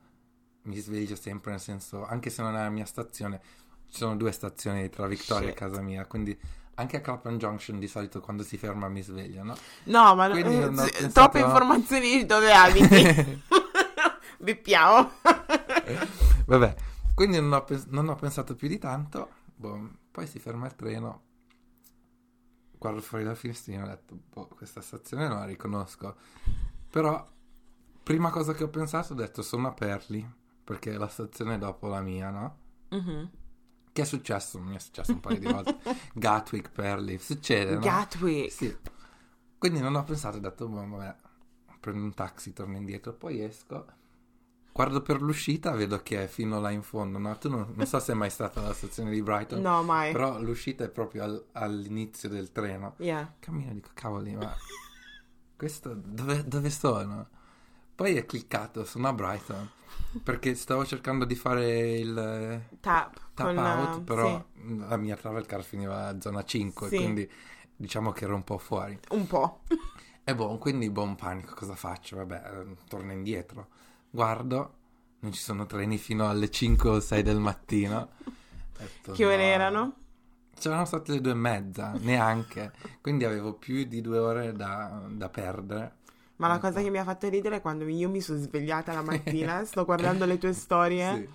[SPEAKER 2] mi sveglio sempre, nel senso, anche se non è la mia stazione, ci sono due stazioni tra Victoria e
[SPEAKER 1] Shit.
[SPEAKER 2] casa mia, quindi anche a Clapham Junction di solito quando si ferma mi sveglio, no?
[SPEAKER 1] No, ma
[SPEAKER 2] Quindi
[SPEAKER 1] eh,
[SPEAKER 2] non ho
[SPEAKER 1] z-
[SPEAKER 2] pensato-
[SPEAKER 1] troppe informazioni dove abiti. Bippiamo.
[SPEAKER 2] Vabbè, quindi non ho, pens- non ho pensato più di tanto, boh, poi si ferma il treno, guardo fuori dal finestrino e ho detto, boh, questa stazione non la riconosco, però prima cosa che ho pensato ho detto sono a Perli, perché è la stazione dopo la mia, no?
[SPEAKER 1] Mhm.
[SPEAKER 2] Che è successo? Mi è successo un paio di volte. Gatwick, Perli, succede, Eh, no?
[SPEAKER 1] Gatwick.
[SPEAKER 2] Sì. Quindi non ho pensato, ho detto, "Boh, vabbè, prendo un taxi, torno indietro, poi esco, guardo per l'uscita, vedo che è fino là in fondo, no? Tu non, non so se è mai stata alla stazione di Brighton,
[SPEAKER 1] No, eh. mai.
[SPEAKER 2] certo. però l'uscita è proprio al- all'inizio del treno.
[SPEAKER 1] Yeah.
[SPEAKER 2] Cammino e dico, cavoli, ma questo dove, dove sono? Poi ho cliccato, sono a Brighton, perché stavo cercando di fare il
[SPEAKER 1] Tap.
[SPEAKER 2] tap
[SPEAKER 1] con,
[SPEAKER 2] out,
[SPEAKER 1] eh,
[SPEAKER 2] però la mia travel car finiva a zona 5,
[SPEAKER 1] Sì.
[SPEAKER 2] quindi diciamo che ero un po' fuori.
[SPEAKER 1] sì, un po'.
[SPEAKER 2] E buon, quindi buon panico, cosa faccio? Vabbè, eh, torno indietro. Guardo, non ci sono treni fino alle 5 o 6 del mattino. Ho detto,
[SPEAKER 1] Che ore
[SPEAKER 2] "No".
[SPEAKER 1] erano?
[SPEAKER 2] C'erano state le due e mezza, neanche. Quindi avevo più di due ore da, da perdere.
[SPEAKER 1] Ma
[SPEAKER 2] Ecco.
[SPEAKER 1] la cosa che mi ha fatto ridere è quando io mi sono svegliata la mattina, sto guardando le tue storie
[SPEAKER 2] Sì.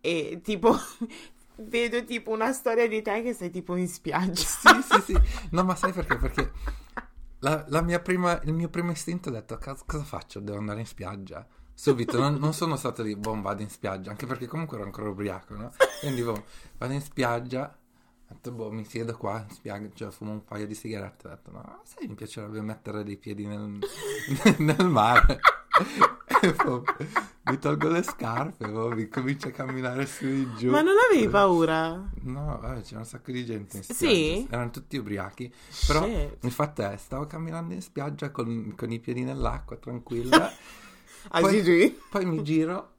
[SPEAKER 1] e tipo vedo tipo una storia di te che sei tipo in spiaggia.
[SPEAKER 2] sì, sì, sì. No, ma sai perché? Perché la, la mia prima, il mio primo istinto ho detto, "Caz- cosa faccio? Devo andare in spiaggia. Subito, non, non sono stato lì, boh, vado in spiaggia, anche perché comunque ero ancora ubriaco, no? Quindi, boh, vado in spiaggia, ho detto, boh, mi siedo qua in spiaggia, fumo un paio di sigarette, ho detto, no, sai, mi piacerebbe mettere dei piedi nel, nel mare. E boh, mi tolgo le scarpe, boh, mi comincio a camminare su e giù.
[SPEAKER 1] Ma non avevi paura?
[SPEAKER 2] No, vabbè, c'era un sacco di gente in
[SPEAKER 1] Sì?
[SPEAKER 2] spiaggia. Erano tutti ubriachi. Però
[SPEAKER 1] Shit.
[SPEAKER 2] il fatto è, stavo camminando in spiaggia con, con i piedi nell'acqua, tranquilla.
[SPEAKER 1] A
[SPEAKER 2] poi-
[SPEAKER 1] Gigi?
[SPEAKER 2] Poi mi giro,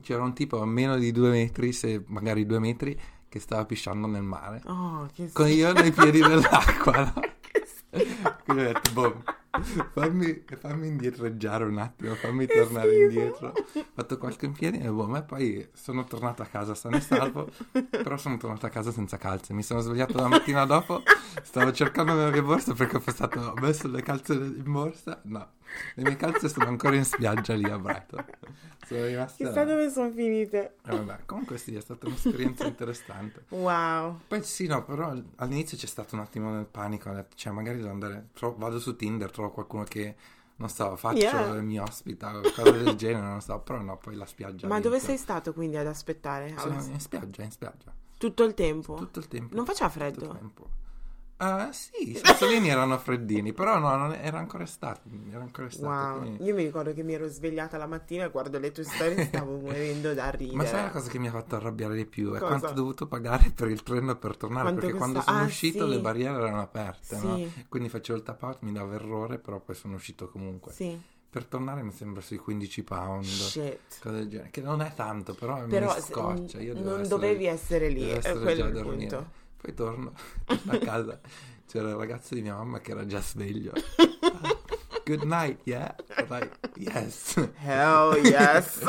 [SPEAKER 2] c'era un tipo a meno di due metri, se magari due metri, che stava pisciando nel mare.
[SPEAKER 1] Oh, che schifo.
[SPEAKER 2] Con io nei piedi nell'acqua, no?
[SPEAKER 1] Che schifo.
[SPEAKER 2] Quindi ho detto, boh, fammi, fammi indietreggiare un attimo, fammi
[SPEAKER 1] Che
[SPEAKER 2] tornare
[SPEAKER 1] schifo.
[SPEAKER 2] indietro. Ho fatto qualche in piedi e boh, ma poi sono tornato a casa sano e salvo, però sono tornato a casa senza calze. Mi sono svegliato la mattina dopo, stavo cercando le mie borse perché ho pensato, ho messo le calze in borsa? No, le mie calze sono ancora in spiaggia lì a Brighton. Sono rimaste là.
[SPEAKER 1] Chissà dove sono finite.
[SPEAKER 2] Eh, vabbè, comunque sì, è stata un'esperienza interessante.
[SPEAKER 1] Wow.
[SPEAKER 2] Poi sì, no, però all'inizio c'è stato un attimo nel panico, ho detto, cioè magari devo andare, tro- vado su Tinder, trovo qualcuno che non so, faccio
[SPEAKER 1] Yeah.
[SPEAKER 2] mi ospita o cose del genere, non lo so, però no, poi la spiaggia.
[SPEAKER 1] Ma dove
[SPEAKER 2] vince.
[SPEAKER 1] sei stato quindi ad aspettare?
[SPEAKER 2] Sono
[SPEAKER 1] Alla-
[SPEAKER 2] in spiaggia, in spiaggia,
[SPEAKER 1] Tutto il tempo?
[SPEAKER 2] tutto il tempo.
[SPEAKER 1] Oh. Non faceva
[SPEAKER 2] tutto il
[SPEAKER 1] freddo?
[SPEAKER 2] tempo. Ah, sì, i sassolini erano freddini, però no, non era ancora estate, era ancora estate.
[SPEAKER 1] Wow,
[SPEAKER 2] quindi-
[SPEAKER 1] io mi ricordo che mi ero svegliata la mattina e guardo le tue storie e stavo morendo da ridere.
[SPEAKER 2] Ma sai la cosa che mi ha fatto arrabbiare di più? È
[SPEAKER 1] Cosa?
[SPEAKER 2] quanto ho dovuto pagare per il treno per tornare,
[SPEAKER 1] Quanto
[SPEAKER 2] perché quando
[SPEAKER 1] costa-
[SPEAKER 2] sono
[SPEAKER 1] ah,
[SPEAKER 2] uscito
[SPEAKER 1] sì.
[SPEAKER 2] le barriere erano aperte, no?
[SPEAKER 1] Sì,
[SPEAKER 2] Quindi facevo il tap out, mi dava errore, però poi sono uscito comunque.
[SPEAKER 1] sì.
[SPEAKER 2] Per tornare mi sembra sui 15 pound,
[SPEAKER 1] Shit.
[SPEAKER 2] cose del genere, che non è tanto, però,
[SPEAKER 1] Però
[SPEAKER 2] mi
[SPEAKER 1] se-
[SPEAKER 2] scoccia. Io devo
[SPEAKER 1] non
[SPEAKER 2] essere-
[SPEAKER 1] dovevi essere lì,
[SPEAKER 2] devo
[SPEAKER 1] è
[SPEAKER 2] essere
[SPEAKER 1] quello è
[SPEAKER 2] già a
[SPEAKER 1] il
[SPEAKER 2] dormire.
[SPEAKER 1] punto.
[SPEAKER 2] Poi torno, torno a casa, c'era il ragazzo di mia mamma che era già sveglio. Good night, yeah? Like, yes.
[SPEAKER 1] Hell yes.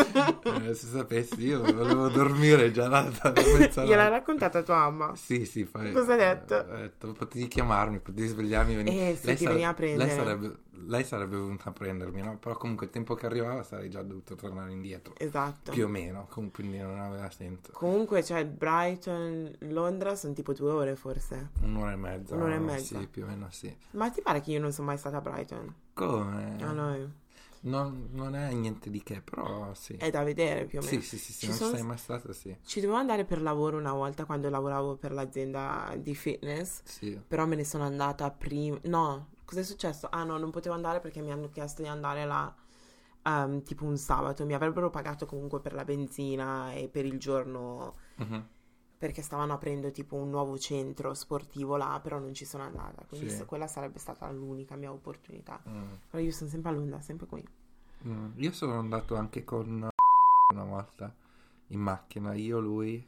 [SPEAKER 2] Eh, se sapessi, io volevo dormire già da, da mezzanotte.
[SPEAKER 1] Gliel'ha raccontata tua mamma.
[SPEAKER 2] Ah, Sì, sì, poi...
[SPEAKER 1] Cosa hai detto?
[SPEAKER 2] eh, ho detto, potevi chiamarmi, potevi svegliarmi, veni-
[SPEAKER 1] Eh, se ti
[SPEAKER 2] sare-
[SPEAKER 1] veniva a prendere.
[SPEAKER 2] Lei sarebbe, lei sarebbe venuta a prendermi, no? Però comunque il tempo che arrivava sarei già dovuto tornare indietro,
[SPEAKER 1] Esatto.
[SPEAKER 2] più o meno, com- quindi non aveva senso.
[SPEAKER 1] Comunque, cioè, Brighton, Londra sono tipo due ore forse.
[SPEAKER 2] Un'ora e mezza.
[SPEAKER 1] Un'ora e
[SPEAKER 2] no?
[SPEAKER 1] mezza.
[SPEAKER 2] Sì, più o meno sì.
[SPEAKER 1] Ma ti pare che io non sono mai stata a Brighton?
[SPEAKER 2] Come?
[SPEAKER 1] Ah, no,
[SPEAKER 2] non, non è niente di che, però sì.
[SPEAKER 1] è da vedere Eh, più o meno.
[SPEAKER 2] Sì, sì, sì, se
[SPEAKER 1] Ci
[SPEAKER 2] non
[SPEAKER 1] sono-
[SPEAKER 2] sei mai stato, sì.
[SPEAKER 1] Ci dovevo andare per lavoro una volta quando lavoravo per l'azienda di fitness,
[SPEAKER 2] Sì.
[SPEAKER 1] però me ne sono andata prima. No, cos'è successo? Ah no, non potevo andare perché mi hanno chiesto di andare là ehm, tipo un sabato. Mi avrebbero pagato comunque per la benzina e per il giorno
[SPEAKER 2] Mhm.
[SPEAKER 1] perché stavano aprendo tipo un nuovo centro sportivo là, però non ci sono andata. Quindi
[SPEAKER 2] Sì.
[SPEAKER 1] se- quella sarebbe stata l'unica mia opportunità.
[SPEAKER 2] Mm.
[SPEAKER 1] Però io sono sempre a Londra, sempre qui.
[SPEAKER 2] Mm, Io sono andato anche con una volta in macchina, io, lui,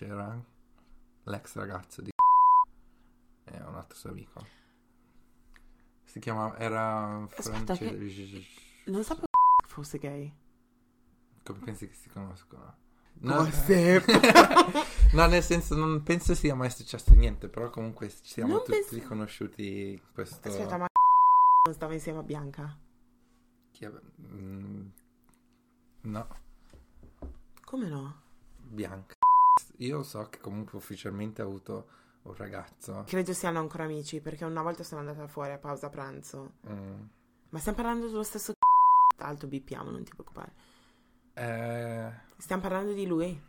[SPEAKER 2] c'era l'ex ragazzo di e un altro suo amico. Si chiamava, era
[SPEAKER 1] Aspetta, che-
[SPEAKER 2] francese.
[SPEAKER 1] Non sapevo fosse gay.
[SPEAKER 2] Come pensi che si conoscono?
[SPEAKER 1] Gossip.
[SPEAKER 2] no, nel senso, non penso sia mai successo niente, però comunque ci siamo
[SPEAKER 1] Non
[SPEAKER 2] tutti
[SPEAKER 1] penso-
[SPEAKER 2] riconosciuti in questo...
[SPEAKER 1] Aspetta, ma non stava insieme a Bianca?
[SPEAKER 2] Chi ave- mm, No.
[SPEAKER 1] Come no?
[SPEAKER 2] Bianca. Io so che comunque ufficialmente ha avuto un ragazzo.
[SPEAKER 1] Credo siano ancora amici perché una volta sono andata fuori a pausa pranzo.
[SPEAKER 2] Mm.
[SPEAKER 1] Ma stiamo parlando dello stesso Tra l'altro bippiamo, non ti preoccupare.
[SPEAKER 2] Eh,
[SPEAKER 1] Stiamo parlando di lui.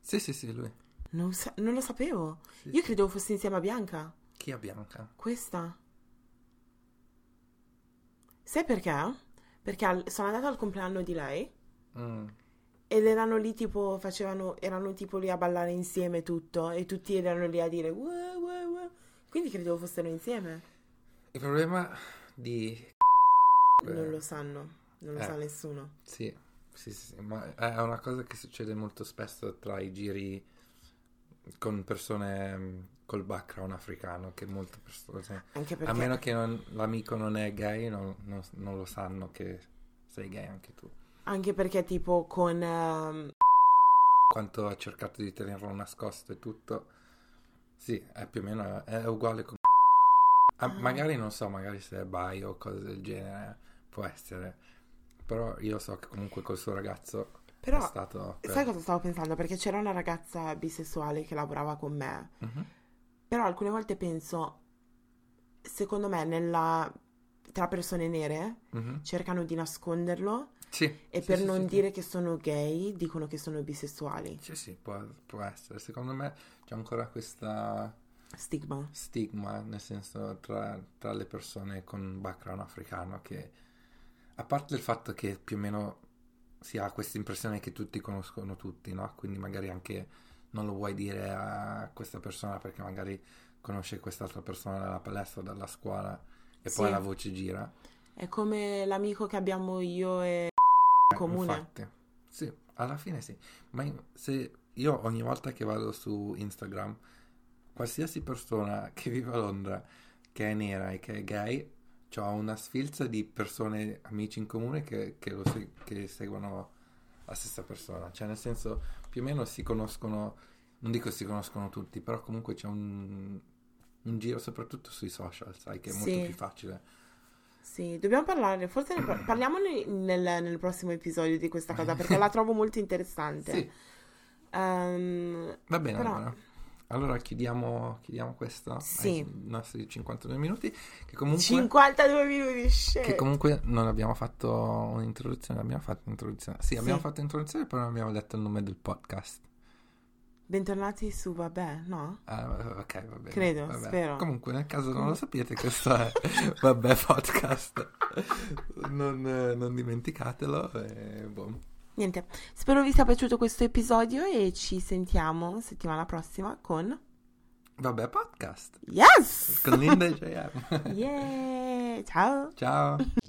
[SPEAKER 2] Sì, sì, sì, lui.
[SPEAKER 1] Non, sa- non lo sapevo.
[SPEAKER 2] Sì,
[SPEAKER 1] Io
[SPEAKER 2] sì.
[SPEAKER 1] credevo fosse insieme a Bianca.
[SPEAKER 2] Chi è Bianca?
[SPEAKER 1] Questa. Sai perché? Perché al- sono andata al compleanno di lei
[SPEAKER 2] Mm.
[SPEAKER 1] ed erano lì tipo, facevano, erano tipo lì a ballare insieme tutto e tutti erano lì a dire "Wow, wow, wow". Quindi credevo fossero insieme.
[SPEAKER 2] Il problema di...
[SPEAKER 1] Non lo sanno, non lo
[SPEAKER 2] Eh.
[SPEAKER 1] sa nessuno.
[SPEAKER 2] Sì, sì, sì, sì, ma è una cosa che succede molto spesso tra i giri con persone mm, col background africano, che molte persone... cioè,
[SPEAKER 1] Anche perché
[SPEAKER 2] A meno che non- l'amico non è gay, non, non- non lo sanno che sei gay anche tu.
[SPEAKER 1] Anche perché tipo con... ehm,
[SPEAKER 2] quanto ha cercato di tenerlo nascosto e tutto. Sì, è più o meno è uguale con Ah, magari non so, magari se è bi o cose del genere, può essere. Però io so che comunque col suo ragazzo
[SPEAKER 1] però
[SPEAKER 2] è stato per-
[SPEAKER 1] sai cosa stavo pensando? Perché c'era una ragazza bisessuale che lavorava con me.
[SPEAKER 2] Mhm.
[SPEAKER 1] Però alcune volte penso, secondo me, nella... tra persone nere
[SPEAKER 2] Mhm.
[SPEAKER 1] cercano di nasconderlo
[SPEAKER 2] Sì.
[SPEAKER 1] e
[SPEAKER 2] sì,
[SPEAKER 1] per
[SPEAKER 2] sì,
[SPEAKER 1] non
[SPEAKER 2] sì,
[SPEAKER 1] dire che sono gay dicono che sono bisessuali.
[SPEAKER 2] Sì, sì, sì, può, può essere. Secondo me c'è ancora questa
[SPEAKER 1] Stigma.
[SPEAKER 2] stigma, nel senso tra, tra le persone con background africano che a parte il fatto che più o meno si ha questa impressione che tutti conoscono tutti, no? Quindi magari anche non lo vuoi dire a questa persona perché magari conosce quest'altra persona dalla palestra o dalla scuola e
[SPEAKER 1] Sì.
[SPEAKER 2] poi la voce gira.
[SPEAKER 1] È come l'amico che abbiamo io e... comune.
[SPEAKER 2] Eh, Infatti, sì, alla fine sì. Ma in- se io ogni volta che vado su Instagram, qualsiasi persona che vive a Londra, che è nera e che è gay, ho una sfilza di persone, amici in comune che, che lo se- che seguono la stessa persona. Cioè, nel senso, più o meno si conoscono, non dico si conoscono tutti, però comunque c'è un, un giro, soprattutto sui social, sai, che è molto
[SPEAKER 1] Sì.
[SPEAKER 2] più facile.
[SPEAKER 1] Sì, dobbiamo parlare, forse ne par- parliamone nel, nel prossimo episodio di questa cosa perché la trovo molto interessante.
[SPEAKER 2] Sì,
[SPEAKER 1] Ehm,
[SPEAKER 2] va bene.
[SPEAKER 1] Però-
[SPEAKER 2] allora. Allora chiudiamo, chiudiamo questo
[SPEAKER 1] Sì.
[SPEAKER 2] ai nostri 52 minuti, che comunque,
[SPEAKER 1] 52 minuti, shit.
[SPEAKER 2] che comunque non abbiamo fatto un'introduzione, abbiamo fatto un'introduzione. Sì, abbiamo
[SPEAKER 1] Sì.
[SPEAKER 2] fatto un'introduzione, però non abbiamo detto il nome del podcast.
[SPEAKER 1] Bentornati su Vabbè, no?
[SPEAKER 2] Ah, ok, va bene.
[SPEAKER 1] Credo,
[SPEAKER 2] vabbè.
[SPEAKER 1] spero.
[SPEAKER 2] Comunque, nel caso non
[SPEAKER 1] Com-
[SPEAKER 2] lo sapete, questo è Vabbè Podcast. Non, eh, non dimenticatelo. E boh.
[SPEAKER 1] Niente, spero vi sia piaciuto questo episodio e ci sentiamo settimana prossima con...
[SPEAKER 2] Vabbè Podcast
[SPEAKER 1] Yes!
[SPEAKER 2] con Linda e JM.
[SPEAKER 1] Yeah! Ciao!
[SPEAKER 2] Ciao.